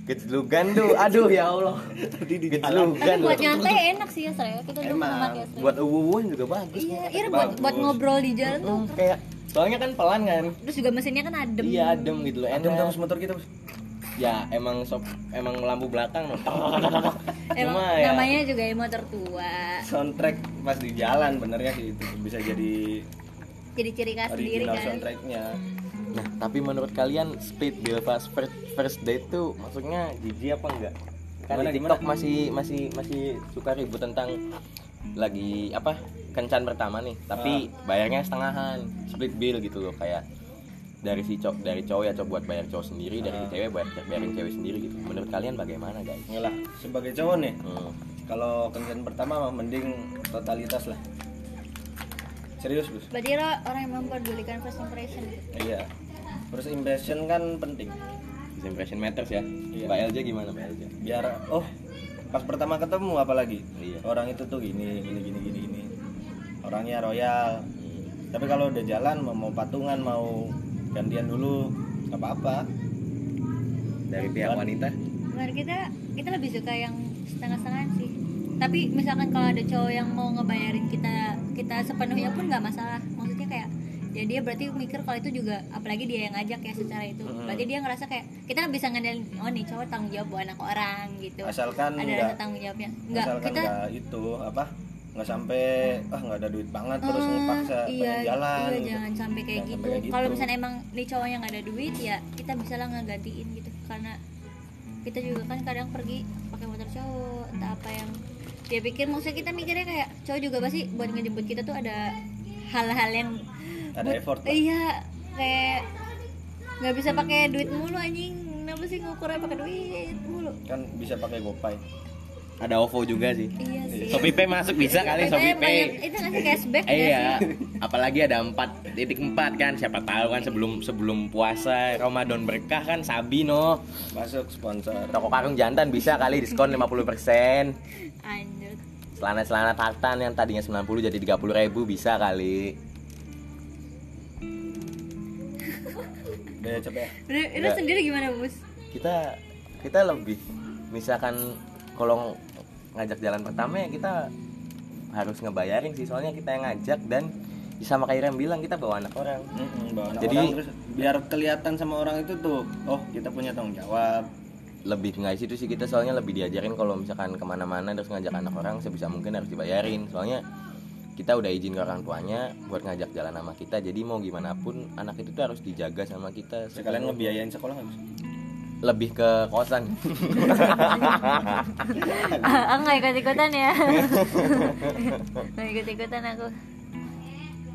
[SPEAKER 2] Gejlugan tuh, aduh ya Allah.
[SPEAKER 1] tadi di jalan
[SPEAKER 4] tapi
[SPEAKER 2] Gejlugan
[SPEAKER 4] buat
[SPEAKER 2] loh.
[SPEAKER 4] nyantai enak sih ya Sre kita dulu
[SPEAKER 1] Emang,
[SPEAKER 4] pernah pakai Sre
[SPEAKER 2] Buat uwuan juga bagus.
[SPEAKER 4] iya Ira buat buat
[SPEAKER 1] Bagus.
[SPEAKER 4] ngobrol di jalan tuh
[SPEAKER 2] Hmm, kayak soalnya kan pelan kan.
[SPEAKER 4] terus juga mesinnya kan adem
[SPEAKER 2] Iya adem gitu loh.
[SPEAKER 1] adem
[SPEAKER 2] Enak.
[SPEAKER 1] terus motor kita Bos.
[SPEAKER 2] Ya emang sop emang lampu belakang loh.
[SPEAKER 4] emang
[SPEAKER 2] Cuma ya
[SPEAKER 4] namanya juga motor tua
[SPEAKER 1] soundtrack pas di jalan benernya sih itu bisa jadi
[SPEAKER 4] jadi ciri khas sendiri
[SPEAKER 1] original
[SPEAKER 4] kan
[SPEAKER 1] soundtracknya
[SPEAKER 2] Nah, tapi menurut kalian split bill pas first, first date tuh maksudnya jijik apa enggak? Kan
[SPEAKER 1] Gimana,
[SPEAKER 2] di TikTok masih masih masih suka ribut tentang lagi apa kencan pertama nih, tapi bayarnya setengahan, split bill gitu loh kayak dari si cowok dari cowok ya cowok buat bayar cowok sendiri dari si cewek bayar bayarin cewek sendiri gitu. Menurut kalian bagaimana guys?
[SPEAKER 1] Ngelah Iya sebagai cowok nih
[SPEAKER 2] Hmm.
[SPEAKER 1] kalau kencan pertama mah mending totalitas lah serius bos
[SPEAKER 4] berarti Ira orang yang memperdulikan first impression
[SPEAKER 1] iya first impression kan penting
[SPEAKER 2] First Impression matters ya. Mbak Elja gimana Mbak Elja?
[SPEAKER 1] biar oh pas pertama ketemu apalagi
[SPEAKER 2] Iya.
[SPEAKER 1] orang itu tuh gini gini gini gini gini orangnya royal
[SPEAKER 2] Hmm.
[SPEAKER 1] tapi kalau udah jalan mau, mau patungan mau gantian dulu nggak apa-apa
[SPEAKER 2] Dari pihak wanita?
[SPEAKER 4] Menurut kita kita lebih suka yang setengah-setengah sih. Tapi misalkan kalau ada cowok yang mau ngebayarin kita kita sepenuhnya pun nggak masalah. Maksudnya kayak ya dia berarti mikir kalau itu juga apalagi dia yang ngajak ya secara itu.
[SPEAKER 1] Mm-hmm.
[SPEAKER 4] Berarti dia ngerasa kayak kita nggak bisa ngandelin oh nih cowok tanggung jawab buat anak orang gitu.
[SPEAKER 1] asalkan
[SPEAKER 4] ada rasa
[SPEAKER 1] nggak
[SPEAKER 4] tanggung jawabnya. Nggak
[SPEAKER 1] asalkan
[SPEAKER 4] kita
[SPEAKER 1] nggak itu apa nggak sampai ah nggak ada duit banget terus
[SPEAKER 4] Eh,
[SPEAKER 1] ngepaksa
[SPEAKER 4] iya,
[SPEAKER 1] pengen jalan
[SPEAKER 4] iya,
[SPEAKER 1] gitu.
[SPEAKER 4] jangan sampai kayak
[SPEAKER 1] Jangan
[SPEAKER 4] gitu.
[SPEAKER 1] sampai kayak
[SPEAKER 4] Kalau
[SPEAKER 1] gitu.
[SPEAKER 4] misalnya emang nih cowoknya nggak ada duit ya kita bisa lah ngegantiin gitu karena kita juga kan kadang pergi pakai motor cowok entah apa yang dia pikir maksudnya kita mikirnya kayak cowok juga pasti buat ngejemput kita tuh ada hal-hal yang
[SPEAKER 1] ada
[SPEAKER 4] buat-
[SPEAKER 1] effort lah.
[SPEAKER 4] iya kayak nggak bisa pakai duit mulu anjing kenapa sih ngukurnya pakai duit mulu
[SPEAKER 1] kan bisa pakai gopay ada OVO juga sih.
[SPEAKER 4] Iya sih.
[SPEAKER 2] Shopee Pay masuk bisa kali
[SPEAKER 4] Itu
[SPEAKER 2] Shopee
[SPEAKER 4] yang
[SPEAKER 2] Pay.
[SPEAKER 4] banyak- Itu ngasih cashback nggak sih?
[SPEAKER 2] Iya, apalagi ada 4.4 kan siapa tahu kan sebelum sebelum puasa Ramadan berkah kan Sabino.
[SPEAKER 1] Masuk sponsor.
[SPEAKER 2] Toko karung jantan bisa kali diskon 50%.
[SPEAKER 4] Anjir.
[SPEAKER 2] Celana-celana tartan yang tadinya 90 jadi 30 ribu bisa kali.
[SPEAKER 1] Udah ya, capek ya?
[SPEAKER 4] Udah, udah
[SPEAKER 2] Nggak.
[SPEAKER 4] sendiri gimana bus?
[SPEAKER 2] Kita kita lebih misalkan kalau ngajak jalan pertama ya kita harus ngebayarin sih soalnya kita yang ngajak dan sama kayak Irem bilang kita bawa anak orang.
[SPEAKER 1] Mm-mm, bawa anak
[SPEAKER 2] Jadi-
[SPEAKER 1] orang, terus biar kelihatan sama orang itu tuh, oh kita punya tanggung jawab.
[SPEAKER 2] lebih nggak situ sih kita soalnya lebih diajarin kalau misalkan kemana-mana terus ngajak anak orang sebisa mungkin harus dibayarin soalnya kita udah izin ke orang tuanya buat ngajak jalan sama kita jadi mau gimana pun anak itu tuh harus dijaga sama kita
[SPEAKER 1] Sekalian ngebiayain sekolah nggak bisa?
[SPEAKER 2] lebih ke kosan
[SPEAKER 4] aku Ah, nggak ikut ikutan ya. nggak ikut ikutan aku.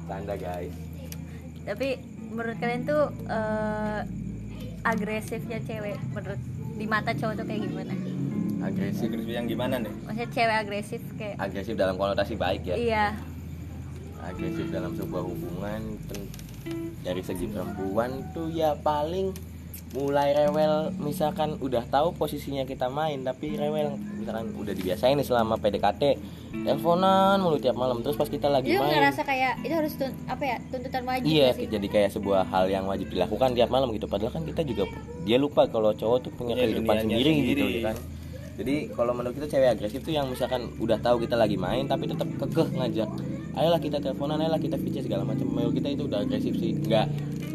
[SPEAKER 2] tanda guys
[SPEAKER 4] Tapi menurut kalian tuh eh, agresifnya cewek menurut di mata cowok tuh kayak gimana?
[SPEAKER 1] Si
[SPEAKER 2] agresif
[SPEAKER 1] Crispy yang gimana nih?
[SPEAKER 4] Maksudnya cewek agresif kayak
[SPEAKER 2] agresif dalam konotasi baik ya
[SPEAKER 4] iya
[SPEAKER 2] agresif dalam sebuah hubungan ten- dari segi perempuan tuh ya paling mulai rewel misalkan udah tahu posisinya kita main tapi rewel misalkan udah dibiasain nih selama PDKT teleponan mulu tiap malam terus pas kita lagi
[SPEAKER 4] dia
[SPEAKER 2] main
[SPEAKER 4] ngerasa kayak itu harus tun- apa ya tuntutan wajib
[SPEAKER 2] iya
[SPEAKER 4] nggak sih?
[SPEAKER 2] jadi kayak sebuah hal yang wajib dilakukan tiap malam gitu padahal kan kita juga dia lupa kalau cowok tuh punya
[SPEAKER 1] Punya
[SPEAKER 2] kehidupan
[SPEAKER 1] dunianya
[SPEAKER 2] Iya, sendiri, gitu
[SPEAKER 1] sendiri.
[SPEAKER 2] kan jadi kalau menurut kita cewek agresif tuh yang misalkan udah tahu kita lagi main tapi tetap kekeh ngajak ayolah kita teleponan ayolah kita VC segala macam menurut kita itu udah agresif sih nggak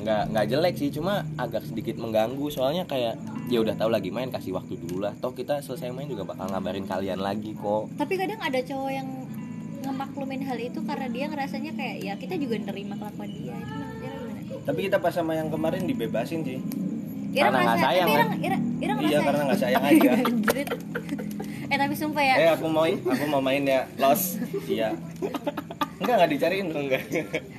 [SPEAKER 2] nggak nggak jelek sih cuma agak sedikit mengganggu soalnya kayak ya udah tahu lagi main kasih waktu dulu lah toh kita selesai main juga bakal ngabarin kalian lagi kok
[SPEAKER 4] tapi kadang ada cowok yang ngemaklumin hal itu karena dia ngerasanya kayak ya kita juga nerima kelakuan dia itu menurut Ira gimana?
[SPEAKER 1] Tapi kita pas sama yang kemarin dibebasin sih.
[SPEAKER 4] Ira
[SPEAKER 2] Karena nggak
[SPEAKER 4] ngerasa,
[SPEAKER 2] sayang, kan?
[SPEAKER 4] tapi Ira, Ira, Ira
[SPEAKER 1] Iya
[SPEAKER 4] ngerasa
[SPEAKER 1] karena nggak sayang aja.
[SPEAKER 4] Anjrit. eh tapi sumpah ya
[SPEAKER 1] eh aku mau aku mau main ya los. Iya. Enggak nggak dicariin enggak.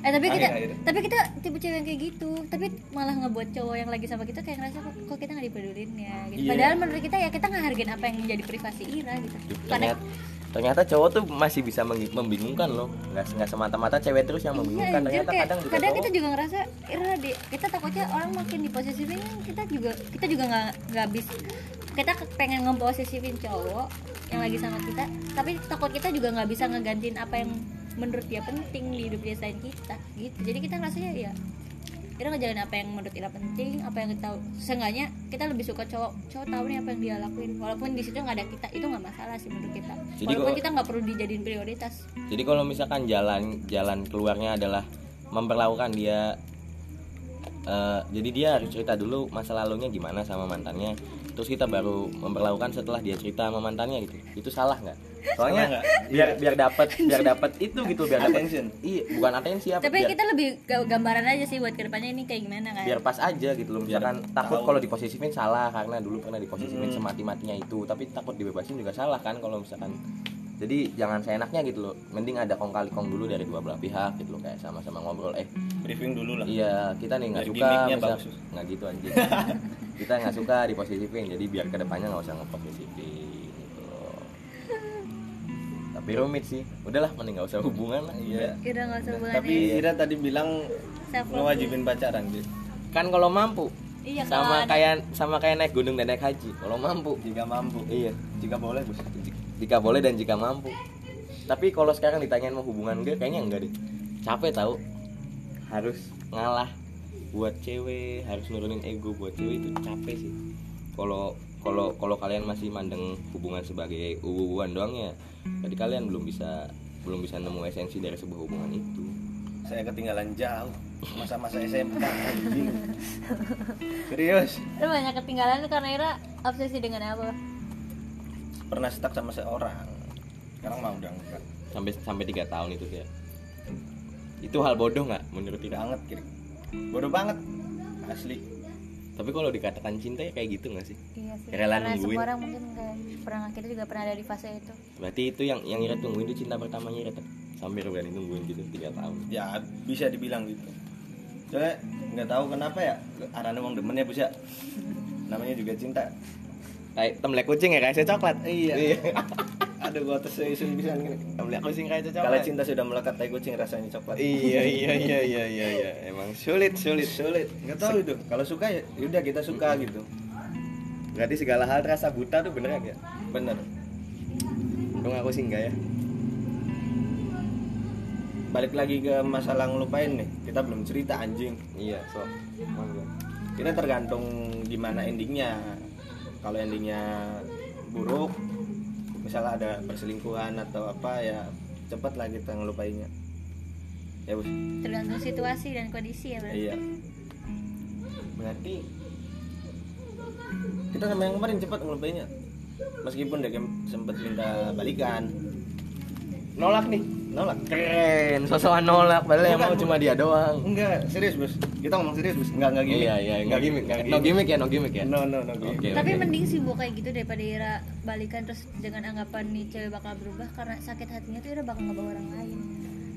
[SPEAKER 4] eh tapi kita
[SPEAKER 1] akhir-akhir.
[SPEAKER 4] tapi kita tipe cewek yang kayak gitu tapi malah ngebuat cowok yang lagi sama kita kayak ngerasa kok, kok kita nggak dipedulin ya gitu.
[SPEAKER 1] Iya.
[SPEAKER 4] padahal menurut kita ya kita ngehargain apa yang menjadi privasi Ira gitu Karena-
[SPEAKER 2] ternyata ternyata cowok tuh masih bisa mengi- membingungkan loh nggak nggak semata-mata cewek terus yang
[SPEAKER 4] Iya,
[SPEAKER 2] membingungkan
[SPEAKER 4] anjir,
[SPEAKER 2] ternyata
[SPEAKER 4] kayak-
[SPEAKER 2] kadang juga
[SPEAKER 4] kadang
[SPEAKER 2] cowok
[SPEAKER 4] kita juga ngerasa ira di kita takutnya orang makin diposesifin kita juga kita juga nggak nggak habis kita ke- pengen ngeposesifin cowok yang lagi sama kita tapi takut kita juga nggak bisa ngegantiin apa yang menurut dia penting di hidup dia selain kita gitu jadi kita ngerasanya ya kita ngejalan apa yang menurut kita penting apa yang kita tahu seenggaknya kita lebih suka cowok cowok tahu nih apa yang dia lakuin walaupun di situ nggak ada kita itu nggak masalah sih menurut kita
[SPEAKER 2] Jadi
[SPEAKER 4] walaupun
[SPEAKER 2] kalau-
[SPEAKER 4] kita nggak perlu dijadiin prioritas
[SPEAKER 2] Jadi kalau misalkan jalan jalan keluarnya adalah memperlakukan dia eh, jadi dia harus cerita dulu masa lalunya gimana sama mantannya. Terus kita baru memperlakukan setelah dia cerita sama mantannya gitu. Itu salah nggak? Soalnya
[SPEAKER 1] Salah nggak?
[SPEAKER 2] biar biar dapat biar dapat itu gitu biar dapat
[SPEAKER 1] Attention.
[SPEAKER 2] iya bukan atensi apa
[SPEAKER 4] tapi
[SPEAKER 2] biar,
[SPEAKER 4] kita lebih ga- gambaran aja sih buat kedepannya ini kayak gimana kan
[SPEAKER 2] biar pas aja gitu loh
[SPEAKER 1] Biar
[SPEAKER 2] misalkan takut
[SPEAKER 1] Iya. tahu.
[SPEAKER 2] kalau diposesifin salah karena dulu pernah diposesifin
[SPEAKER 1] Mm.
[SPEAKER 2] semati-matinya itu tapi takut dibebasin juga salah kan kalau misalkan jadi jangan seenaknya gitu loh mending ada kong kali kong dulu dari dua belah pihak gitu loh kayak sama-sama ngobrol eh
[SPEAKER 1] Briefing dulu lah.
[SPEAKER 2] iya kita nih nggak
[SPEAKER 1] Biar
[SPEAKER 2] suka
[SPEAKER 1] gimmicknya
[SPEAKER 2] misal-
[SPEAKER 1] bagus.
[SPEAKER 2] nggak gitu anjing kita nggak suka diposesifin jadi biar kedepannya nggak usah ngeposesifin gitu loh. tapi rumit sih udahlah mending nggak usah hubungan lah
[SPEAKER 1] Iya.
[SPEAKER 4] udah nggak usah hubungannya
[SPEAKER 1] Tapi Ira tadi bilang
[SPEAKER 4] Self-love.
[SPEAKER 1] ngewajibin pacaran gitu.
[SPEAKER 2] kan kalau mampu
[SPEAKER 4] iya kalau
[SPEAKER 2] sama
[SPEAKER 4] ada
[SPEAKER 2] kayak sama kayak naik gunung dan naik haji kalau mampu
[SPEAKER 1] Jika mampu.
[SPEAKER 2] iya
[SPEAKER 1] Jika boleh, Bos.
[SPEAKER 2] jika boleh dan jika mampu tapi kalau sekarang ditanyain mau hubungan gue kayaknya enggak deh capek tau harus ngalah buat cewek harus nurunin ego buat cewek itu capek sih kalau kalau kalau kalian masih mandang hubungan sebagai hubungan doang ya jadi kalian belum bisa belum bisa nemu esensi dari sebuah hubungan itu
[SPEAKER 1] Saya ketinggalan jauh masa-masa SMK anjing. Serius,
[SPEAKER 4] lu banyak ketinggalan lu karena Ira obsesi dengan apa
[SPEAKER 1] pernah stuck sama seorang. Sekarang mau udah enggak.
[SPEAKER 2] sampai sampai tiga tahun itu ya itu hal bodoh nggak menurut tidak
[SPEAKER 1] Banget kiri. Bodoh banget. Asli.
[SPEAKER 2] tapi kalau dikatakan cinta ya kayak gitu nggak sih
[SPEAKER 4] iya sih
[SPEAKER 2] Rela
[SPEAKER 4] karena
[SPEAKER 2] nungguin.
[SPEAKER 4] semua orang mungkin kayak pernah kita juga pernah ada di fase itu
[SPEAKER 2] Berarti itu yang yang Ira tungguin itu cinta pertamanya Ira tuh. Sampai Ira berani tungguin gitu 3 tahun.
[SPEAKER 1] Ya bisa dibilang gitu. Soalnya nggak tahu kenapa ya arahnya emang demen ya Bos ya. Namanya juga cinta.
[SPEAKER 2] Kayak temlek kucing ya kayak saya coklat.
[SPEAKER 1] Iya.
[SPEAKER 5] Aduh gua atas isu bisa
[SPEAKER 2] Beli kucing kayak itu
[SPEAKER 1] Kalau cinta sudah melekat tai kucing rasanya coklat.
[SPEAKER 5] Iya iya iya iya iya iya. Emang sulit sulit
[SPEAKER 1] Sulit. Enggak tahu itu. Kalau suka ya udah kita suka gitu.
[SPEAKER 5] Berarti segala hal terasa buta tuh ya? bener gak?
[SPEAKER 1] Bener.
[SPEAKER 5] Untung aku sih enggak ya
[SPEAKER 1] Balik lagi ke masalah ngelupain nih. Kita belum cerita anjing.
[SPEAKER 5] Iya so Mangga
[SPEAKER 1] Kita tergantung gimana endingnya. Kalau endingnya buruk, misalnya ada perselingkuhan atau apa ya cepatlah kita ngelupainnya. Ya bos.
[SPEAKER 4] tergantung situasi dan kondisi ya berarti
[SPEAKER 1] Iya. Berarti kita sama yang kemarin cepat ngelupainnya. Meskipun dia sempat minta balikan,
[SPEAKER 5] Nolak nih
[SPEAKER 1] nolak.
[SPEAKER 2] Keren, sosokan nolak, padahal yang
[SPEAKER 1] Bukan,
[SPEAKER 2] mau cuma dia doang.
[SPEAKER 1] Enggak, serius, Bos. Kita ngomong serius, Bos. Enggak, enggak gimmick.
[SPEAKER 2] Iya, iya,
[SPEAKER 1] Enggak
[SPEAKER 2] enggak
[SPEAKER 1] gimmick, enggak
[SPEAKER 2] No gimmick ya, no gimmick ya.
[SPEAKER 1] No, no, no gimmick.
[SPEAKER 2] Oke.
[SPEAKER 4] tapi mending sih bu kayak gitu daripada Ira balikan terus dengan anggapan nih cewek bakal berubah karena sakit hatinya tuh Ira bakal ngebawa orang lain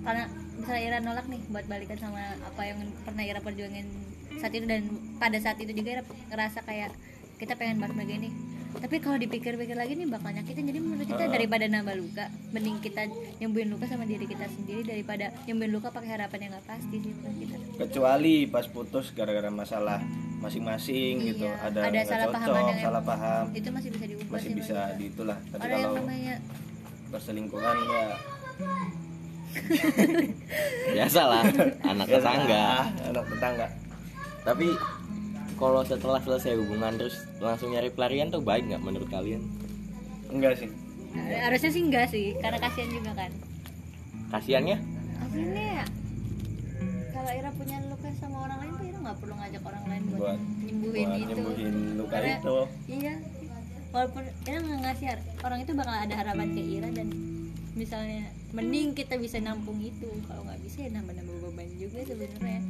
[SPEAKER 4] karena misalnya Ira nolak nih buat balikan sama apa yang pernah Ira perjuangin saat itu dan pada saat itu juga Ira ngerasa kayak kita pengen banget begini tapi kalau dipikir-pikir lagi nih bakal nyakitin jadi menurut kita daripada nambah luka mending kita nyembuhin luka sama diri kita sendiri daripada nyembuhin luka pakai harapan yang nggak pasti sih menurut kita
[SPEAKER 1] Kecuali pas putus gara-gara masalah masing-masing gitu,
[SPEAKER 4] Iya,
[SPEAKER 1] ada,
[SPEAKER 4] ada
[SPEAKER 1] nggak
[SPEAKER 4] salah
[SPEAKER 1] cocok,
[SPEAKER 4] pahaman yang-
[SPEAKER 1] salah paham,
[SPEAKER 4] itu masih bisa diubah
[SPEAKER 1] masih
[SPEAKER 4] sih
[SPEAKER 1] bisa
[SPEAKER 4] menurut kita.
[SPEAKER 1] diitulah. Tapi
[SPEAKER 4] orang yang
[SPEAKER 1] kalau
[SPEAKER 4] namanya
[SPEAKER 1] perselingkuhan ya
[SPEAKER 2] Biasalah, anak tetangga.
[SPEAKER 1] Ah, anak tetangga.
[SPEAKER 2] Tapi kalau setelah selesai hubungan terus langsung nyari pelarian tuh baik nggak menurut kalian?
[SPEAKER 1] Enggak sih. Iya.
[SPEAKER 4] harusnya sih enggak sih karena kasihan juga kan
[SPEAKER 2] Kasiannya?
[SPEAKER 4] apa ini ya kalau Ira punya luka sama orang lain tuh Ira nggak perlu ngajak orang lain buat,
[SPEAKER 1] Buat-
[SPEAKER 4] nyembuhin
[SPEAKER 1] Buat
[SPEAKER 4] itu
[SPEAKER 1] nyembuhin luka
[SPEAKER 4] Karena-
[SPEAKER 1] itu.
[SPEAKER 4] iya walaupun Ira nggak ngasih har- orang itu bakal ada harapan ke Ira dan misalnya mending kita bisa nampung itu kalau nggak bisa ya nambah-nambah beban juga sebenarnya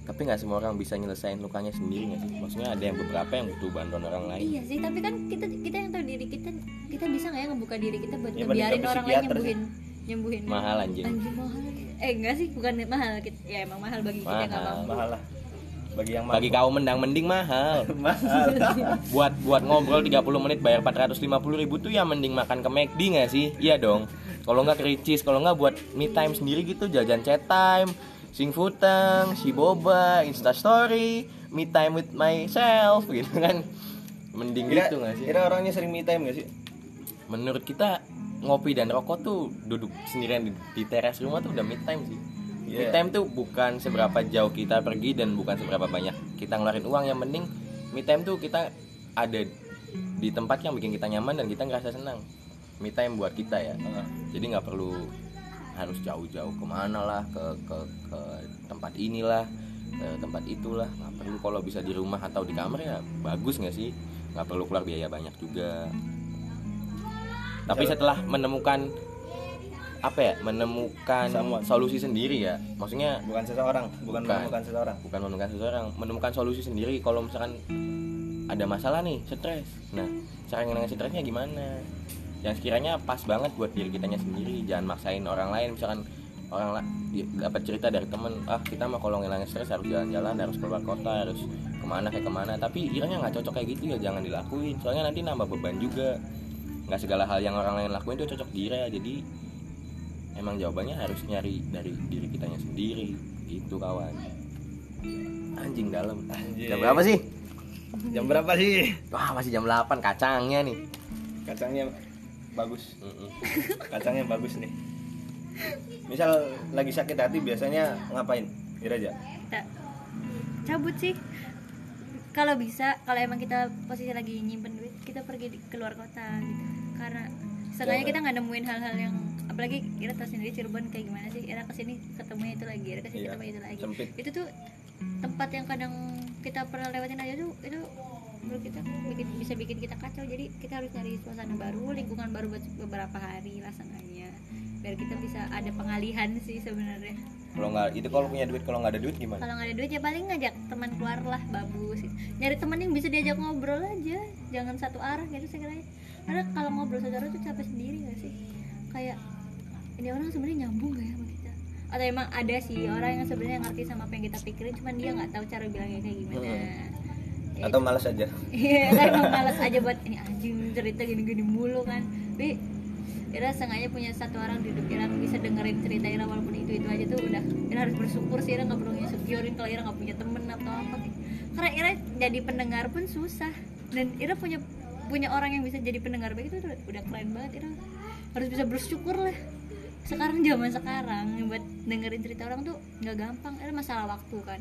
[SPEAKER 2] Tapi nggak semua orang bisa nyelesain lukanya sendiri nggak sih? Maksudnya ada yang beberapa yang butuh bantuan orang
[SPEAKER 1] Nah,
[SPEAKER 2] lain.
[SPEAKER 4] iya sih tapi kan kita kita yang tahu diri kita kita bisa nggak ya ngebuka diri kita buat
[SPEAKER 1] Ya,
[SPEAKER 4] ngebiarin
[SPEAKER 1] mending ke
[SPEAKER 4] orang lain
[SPEAKER 1] psikiater sih.
[SPEAKER 4] nyembuhin nyembuhin
[SPEAKER 2] Mahal anjing.
[SPEAKER 4] anjing mahal eh enggak sih bukan mahal Kita- ya emang mahal bagi kita nggak
[SPEAKER 2] Mahal.
[SPEAKER 4] mampu
[SPEAKER 1] Mahal lah. Bagi yang
[SPEAKER 2] Bagi kau mendang mending mahal.
[SPEAKER 1] mahal.
[SPEAKER 2] Buat buat ngobrol 30 menit bayar 450 ribu tuh ya mending makan ke McD nggak sih? Iya dong. Kalau nggak kericis, kalau nggak buat me time sendiri gitu jajan chat time, sing futang, si boba, insta story, me time with myself gitu kan. Mending
[SPEAKER 1] Kira,
[SPEAKER 2] gitu nggak sih?
[SPEAKER 1] kira orangnya sering me time gak sih?
[SPEAKER 2] Menurut kita ngopi dan rokok tuh duduk sendirian di, di teras rumah tuh udah me time sih. Me
[SPEAKER 1] Iya.
[SPEAKER 2] time tuh bukan seberapa jauh kita pergi dan bukan seberapa banyak kita ngeluarin uang yang penting me time tuh kita ada di tempat yang bikin kita nyaman dan kita ngerasa senang. Me time buat kita ya.
[SPEAKER 1] Ah,
[SPEAKER 2] Jadi nggak perlu harus jauh-jauh kemana lah ke ke ke tempat inilah ke tempat itulah nggak perlu kalau bisa di rumah atau di kamar ya bagus nggak sih nggak perlu keluar biaya banyak juga tapi setelah menemukan apa ya menemukan
[SPEAKER 1] Someone.
[SPEAKER 2] solusi sendiri ya maksudnya
[SPEAKER 1] Bukan seseorang, bukan
[SPEAKER 2] Bukan.
[SPEAKER 1] menemukan seseorang.
[SPEAKER 2] bukan menemukan seseorang menemukan solusi sendiri kalau misalkan ada masalah nih stres nah cara ngilangin stresnya gimana yang sekiranya pas banget buat diri kitanya sendiri jangan maksain orang lain misalkan orang la- di- dapat cerita dari temen ah kita mah kalau ngilangin stres harus jalan-jalan harus keluar kota harus kemana kayak kemana tapi kiranya nggak cocok kayak gitu ya jangan dilakuin soalnya nanti nambah beban juga nggak segala hal yang orang lain lakuin itu cocok diri jadi emang jawabannya harus nyari dari diri kitanya sendiri gitu kawan anjing dalam jam berapa sih
[SPEAKER 1] Jam berapa sih?
[SPEAKER 2] wah masih jam 8 kacangnya nih
[SPEAKER 1] Kacangnya bagus.
[SPEAKER 2] Mm-mm.
[SPEAKER 1] Kacangnya bagus nih. Misal lagi sakit hati biasanya ngapain? Kira aja.
[SPEAKER 4] kita cabut sih kalau bisa kalau emang kita posisi lagi nyimpen duit kita pergi di- keluar kota gitu karena setengahnya kita nggak nemuin hal-hal yang apalagi Ira tahu sendiri Cirebon kayak gimana sih Ira kesini ketemunya itu lagi Ira kesini
[SPEAKER 1] Iya,
[SPEAKER 4] ketemunya itu lagi
[SPEAKER 1] sempit.
[SPEAKER 4] itu tuh tempat yang kadang kita pernah lewatin aja tuh itu menurut kita bikin- bisa bikin kita kacau jadi kita harus cari suasana baru lingkungan baru buat beberapa hari lah seenggaknya. biar kita bisa ada pengalihan sih sebenarnya
[SPEAKER 5] Kalau nggak itu kalau punya duit kalau nggak ada duit gimana?
[SPEAKER 4] kalau nggak ada duit ya paling ngajak teman keluar lah babus gitu. nyari teman yang bisa diajak ngobrol aja jangan satu arah gitu saya kira karena kalau ngobrol satu arah tuh capek sendiri gak sih kayak ini orang sebenarnya nyambung gak ya sama kita atau emang ada sih orang yang sebenarnya ngerti sama apa yang kita pikirin cuman dia nggak tahu cara bilangnya kayak gimana Ya
[SPEAKER 1] Atau malas aja.
[SPEAKER 4] Iya, kan emang males aja buat ini anjing cerita gini-gini mulu kan. Tapi Ira sengaja punya satu orang di hidup Ira bisa dengerin cerita Ira walaupun itu itu aja tuh udah Ira harus bersyukur sih Ira nggak perlu insecurein kalau Ira nggak punya temen atau apa karena Ira jadi pendengar pun susah dan Ira punya punya orang yang bisa jadi pendengar baik itu udah, udah keren banget Ira harus bisa bersyukur lah sekarang zaman sekarang buat dengerin cerita orang tuh nggak gampang Ira masalah waktu kan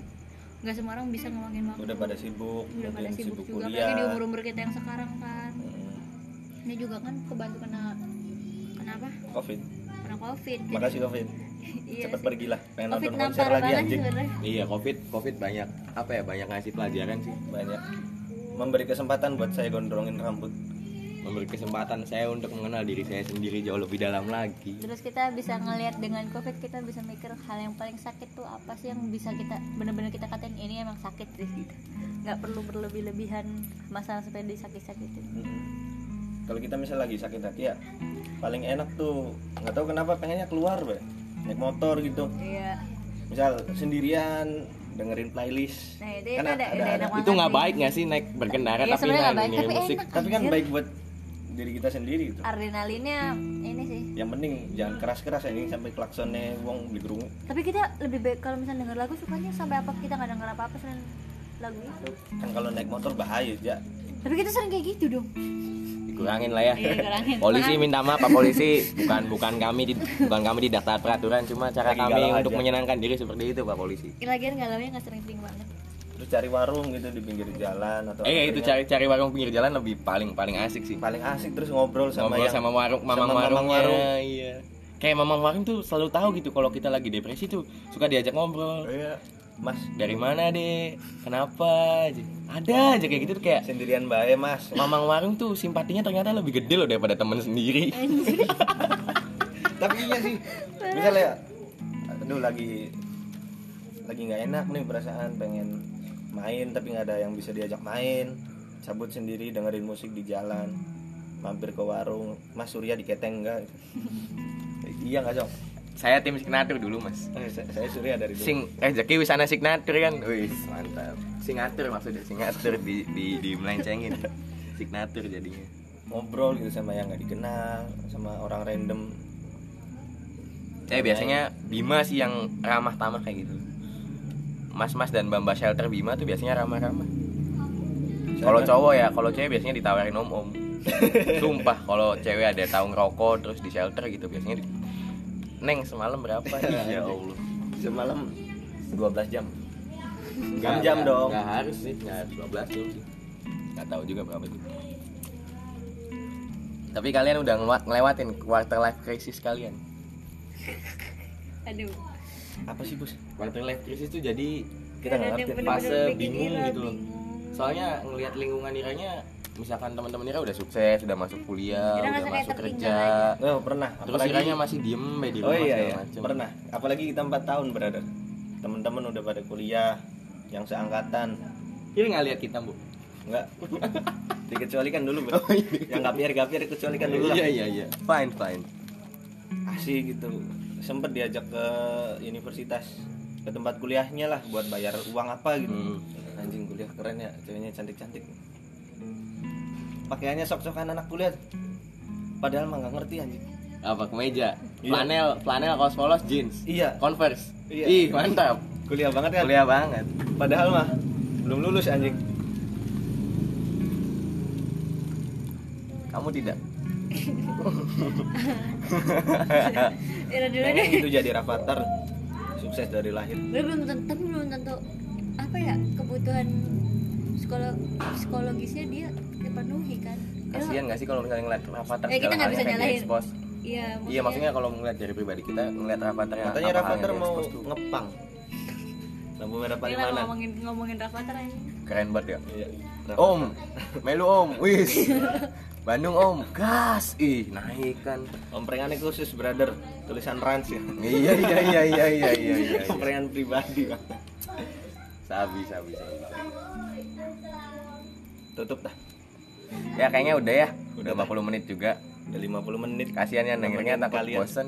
[SPEAKER 4] nggak semua orang bisa ngeluangin waktu
[SPEAKER 1] udah pada sibuk
[SPEAKER 4] udah
[SPEAKER 1] mungkin
[SPEAKER 4] pada Iya, sibuk, juga
[SPEAKER 1] kuliah
[SPEAKER 4] apalagi di umur umur kita yang sekarang kan
[SPEAKER 1] Mm,
[SPEAKER 4] ini juga kan kebantu kena kenapa
[SPEAKER 1] covid
[SPEAKER 4] karena covid Jadi-
[SPEAKER 1] makasih covid
[SPEAKER 4] iya
[SPEAKER 1] cepet
[SPEAKER 4] sih.
[SPEAKER 1] pergilah pengen
[SPEAKER 4] covid
[SPEAKER 1] nonton konser
[SPEAKER 4] nampar
[SPEAKER 1] lagi
[SPEAKER 4] banget
[SPEAKER 1] anjing
[SPEAKER 4] sebenarnya
[SPEAKER 2] iya covid covid banyak apa ya banyak ngasih pelajaran sih
[SPEAKER 1] banyak memberi kesempatan buat saya gondrongin rambut
[SPEAKER 2] memberi kesempatan saya untuk mengenal diri saya sendiri jauh lebih dalam lagi
[SPEAKER 4] terus kita bisa ngelihat dengan covid kita bisa mikir hal yang paling sakit tuh apa sih yang bisa kita bener-bener kita katain ini emang sakit sih gitu nggak perlu berlebih-lebihan masalah supaya disakit-sakitin
[SPEAKER 1] Mm. kalau kita misal lagi sakit hati ya paling enak tuh nggak tahu kenapa pengennya keluar be naik motor gitu
[SPEAKER 4] iya
[SPEAKER 1] misal sendirian dengerin playlist
[SPEAKER 4] nah itu,
[SPEAKER 1] Kan
[SPEAKER 4] itu ada,
[SPEAKER 1] ada-
[SPEAKER 4] ada
[SPEAKER 1] ada-
[SPEAKER 4] enak
[SPEAKER 2] itu nggak
[SPEAKER 4] banget
[SPEAKER 2] baik nggak sih naik berkendara
[SPEAKER 4] Iya,
[SPEAKER 2] tapi
[SPEAKER 4] sebenarnya
[SPEAKER 2] nggak
[SPEAKER 4] nggak baik,
[SPEAKER 2] dengerin
[SPEAKER 4] tapi
[SPEAKER 2] musik
[SPEAKER 4] enak.
[SPEAKER 1] tapi kan
[SPEAKER 4] Anjir.
[SPEAKER 1] baik buat diri kita sendiri gitu
[SPEAKER 4] sih. adrenalinnya ini sih
[SPEAKER 1] yang penting jangan keras-keras ya ini sampai klaksonnya wong beli kerungu
[SPEAKER 4] tapi kita lebih baik kalau misalnya denger lagu sukanya sampai apa kita nggak denger apa apa selain lagu itu
[SPEAKER 1] kan kalau naik motor bahaya ya
[SPEAKER 4] tapi kita sering kayak gitu dong
[SPEAKER 2] dikurangin lah ya
[SPEAKER 4] Iya, dikurangin.
[SPEAKER 2] polisi minta maaf pak polisi bukan bukan kami di, bukan kami tidak taat peraturan cuma cara
[SPEAKER 1] Lagi
[SPEAKER 2] kami
[SPEAKER 1] galau
[SPEAKER 2] untuk
[SPEAKER 1] aja.
[SPEAKER 2] menyenangkan diri seperti itu pak polisi
[SPEAKER 4] lagian galaunya nggak sering-sering banget
[SPEAKER 1] terus cari warung gitu di pinggir jalan atau
[SPEAKER 2] eh
[SPEAKER 1] akhirnya
[SPEAKER 2] itu cari cari warung pinggir jalan lebih paling paling asik sih
[SPEAKER 1] paling asik terus ngobrol sama
[SPEAKER 2] ngobrol
[SPEAKER 1] yang
[SPEAKER 2] sama warung
[SPEAKER 1] sama
[SPEAKER 2] mamang
[SPEAKER 1] mamang
[SPEAKER 2] warungnya
[SPEAKER 1] warung.
[SPEAKER 2] iya kayak mamang warung tuh selalu tahu gitu kalau kita lagi depresi tuh suka diajak ngobrol
[SPEAKER 1] Iya, mas
[SPEAKER 2] dari mana deh kenapa aja ada aja kayak gitu tuh kayak
[SPEAKER 1] sendirian bae mas
[SPEAKER 2] mamang warung tuh simpatinya ternyata lebih gede loh daripada temen sendiri
[SPEAKER 1] tapi iya sih misalnya aduh lagi lagi nggak enak nih perasaan pengen main tapi nggak ada yang bisa diajak main cabut sendiri dengerin musik di jalan mampir ke warung mas Surya diketeng nggak iya nggak Jok?
[SPEAKER 2] saya tim signatur dulu mas
[SPEAKER 1] Eh, saya, saya Surya dari dulu
[SPEAKER 2] sing rezeki wis ana signatur kan wis mantap signatur maksudnya signatur di di di melencengin signatur jadinya
[SPEAKER 1] ngobrol gitu sama yang nggak dikenal sama orang random
[SPEAKER 2] eh biasanya Bima sih yang ramah tamah kayak gitu mas-mas dan bamba shelter Bima tuh biasanya ramah-ramah kalau cowok ya kalau cewek biasanya ditawarin om om sumpah kalau cewek ada tahu ngerokok terus di shelter gitu biasanya di- neng semalam berapa ya allah
[SPEAKER 1] semalam 12 jam Enam jam dong.
[SPEAKER 2] Gak harus sih, gak harus 12 jam sih. Gak tahu juga berapa itu. Tapi kalian udah ngelewa- ngelewatin quarter life crisis kalian.
[SPEAKER 4] aduh
[SPEAKER 1] apa sih bos
[SPEAKER 2] Quarter life crisis tuh jadi
[SPEAKER 1] kita nggak ngerti
[SPEAKER 2] fase bingung gitu loh. Soalnya ngelihat lingkungan iranya misalkan teman-teman Ira udah sukses, udah masuk kuliah,
[SPEAKER 4] Ira
[SPEAKER 2] udah
[SPEAKER 4] ngerasa kayak
[SPEAKER 2] masuk kerja.
[SPEAKER 4] tertinggal
[SPEAKER 1] oh pernah
[SPEAKER 2] Terus
[SPEAKER 1] apalagi
[SPEAKER 2] Iranya masih diem be di
[SPEAKER 1] oh
[SPEAKER 2] rumah
[SPEAKER 1] iya,
[SPEAKER 2] segala
[SPEAKER 1] iya.
[SPEAKER 2] macem.
[SPEAKER 1] pernah apalagi kita 4 tahun berada teman-teman udah pada kuliah yang seangkatan
[SPEAKER 2] Ira nggak lihat kita, Bu.
[SPEAKER 1] enggak dikecualikan dulu bro yang gapir gapir dikecualikan Kan dulu
[SPEAKER 2] Oh, Iya
[SPEAKER 1] lah
[SPEAKER 2] iya iya. Fine fine.
[SPEAKER 1] asik gitu sempet diajak ke universitas ke tempat kuliahnya lah buat bayar uang apa gitu
[SPEAKER 2] Hmm.
[SPEAKER 1] anjing kuliah keren ya ceweknya cantik cantik pakaiannya sok-sokan anak kuliah padahal mah nggak ngerti anjing
[SPEAKER 2] Apa kemeja?
[SPEAKER 1] Iya.
[SPEAKER 2] Flanel, flanel kaos polos jeans.
[SPEAKER 1] iya
[SPEAKER 2] Converse.
[SPEAKER 1] Iya.
[SPEAKER 2] Ih, mantap.
[SPEAKER 1] kuliah banget kan
[SPEAKER 2] Kuliah banget.
[SPEAKER 1] padahal mah belum lulus anjing
[SPEAKER 2] Kamu tidak.
[SPEAKER 4] Ira Ya dulu deh
[SPEAKER 1] pengen gitu jadi rafathar sukses dari lahir
[SPEAKER 4] Gue belum tentu tapi belum tentu apa ya kebutuhan psikolo psikologisnya dia dipenuhi kan
[SPEAKER 2] Kasihan gak sih kalau misalnya ngeliat Rafathar
[SPEAKER 4] Ya, kita
[SPEAKER 2] segala halnya
[SPEAKER 4] nggak bisa
[SPEAKER 2] kayak
[SPEAKER 4] nyalahin.
[SPEAKER 2] diekspos?
[SPEAKER 4] iya
[SPEAKER 2] Iya maksudnya kalau ngeliat dari pribadi kita ngeliat Rafathar yang
[SPEAKER 1] katanya
[SPEAKER 2] apa-apa
[SPEAKER 1] rafathar
[SPEAKER 2] yang
[SPEAKER 1] mau
[SPEAKER 2] diekspos tuh
[SPEAKER 1] ngepang lampu merah
[SPEAKER 4] Ira
[SPEAKER 1] palimanan
[SPEAKER 4] ngomongin ngomongin Rafathar aja
[SPEAKER 2] keren banget ya.
[SPEAKER 1] Iya, Rafathar.
[SPEAKER 2] Om, melu om, wis. Bandung om, gas, ih naik kan.
[SPEAKER 1] omprengannya khusus brother tulisan rans ya
[SPEAKER 2] Iya iya iya iya iya iya. iya.
[SPEAKER 1] omprengan pribadi Bang.
[SPEAKER 2] Sabi sabi sabi.
[SPEAKER 1] tutup dah
[SPEAKER 2] Ya kayaknya udah ya, udah
[SPEAKER 1] Udah.
[SPEAKER 2] 40 menit juga.
[SPEAKER 1] udah 50 menit
[SPEAKER 2] Kasihan ya dengernya takut
[SPEAKER 1] Kalian.
[SPEAKER 2] bosen.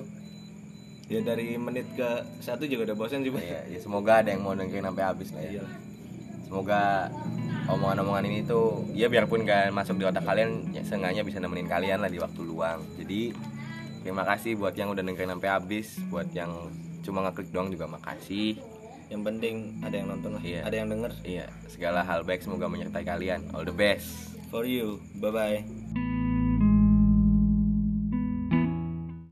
[SPEAKER 1] ya dari menit ke satu juga udah bosan juga
[SPEAKER 2] Iya, ya semoga ada yang mau dengerin sampai habis lah ya.
[SPEAKER 1] iya
[SPEAKER 2] Semoga omongan-omongan ini tuh ya biarpun gak masuk di otak kalian ya seenggaknya bisa nemenin kalian lah di waktu luang. Jadi Terima kasih buat yang udah dengerin sampai habis, buat yang cuma ngeklik doang juga makasih.
[SPEAKER 1] yang penting ada yang nonton lah
[SPEAKER 2] Iya.
[SPEAKER 1] ada yang denger
[SPEAKER 2] Iya, segala hal baik semoga menyertai kalian. All the best.
[SPEAKER 1] for you bye bye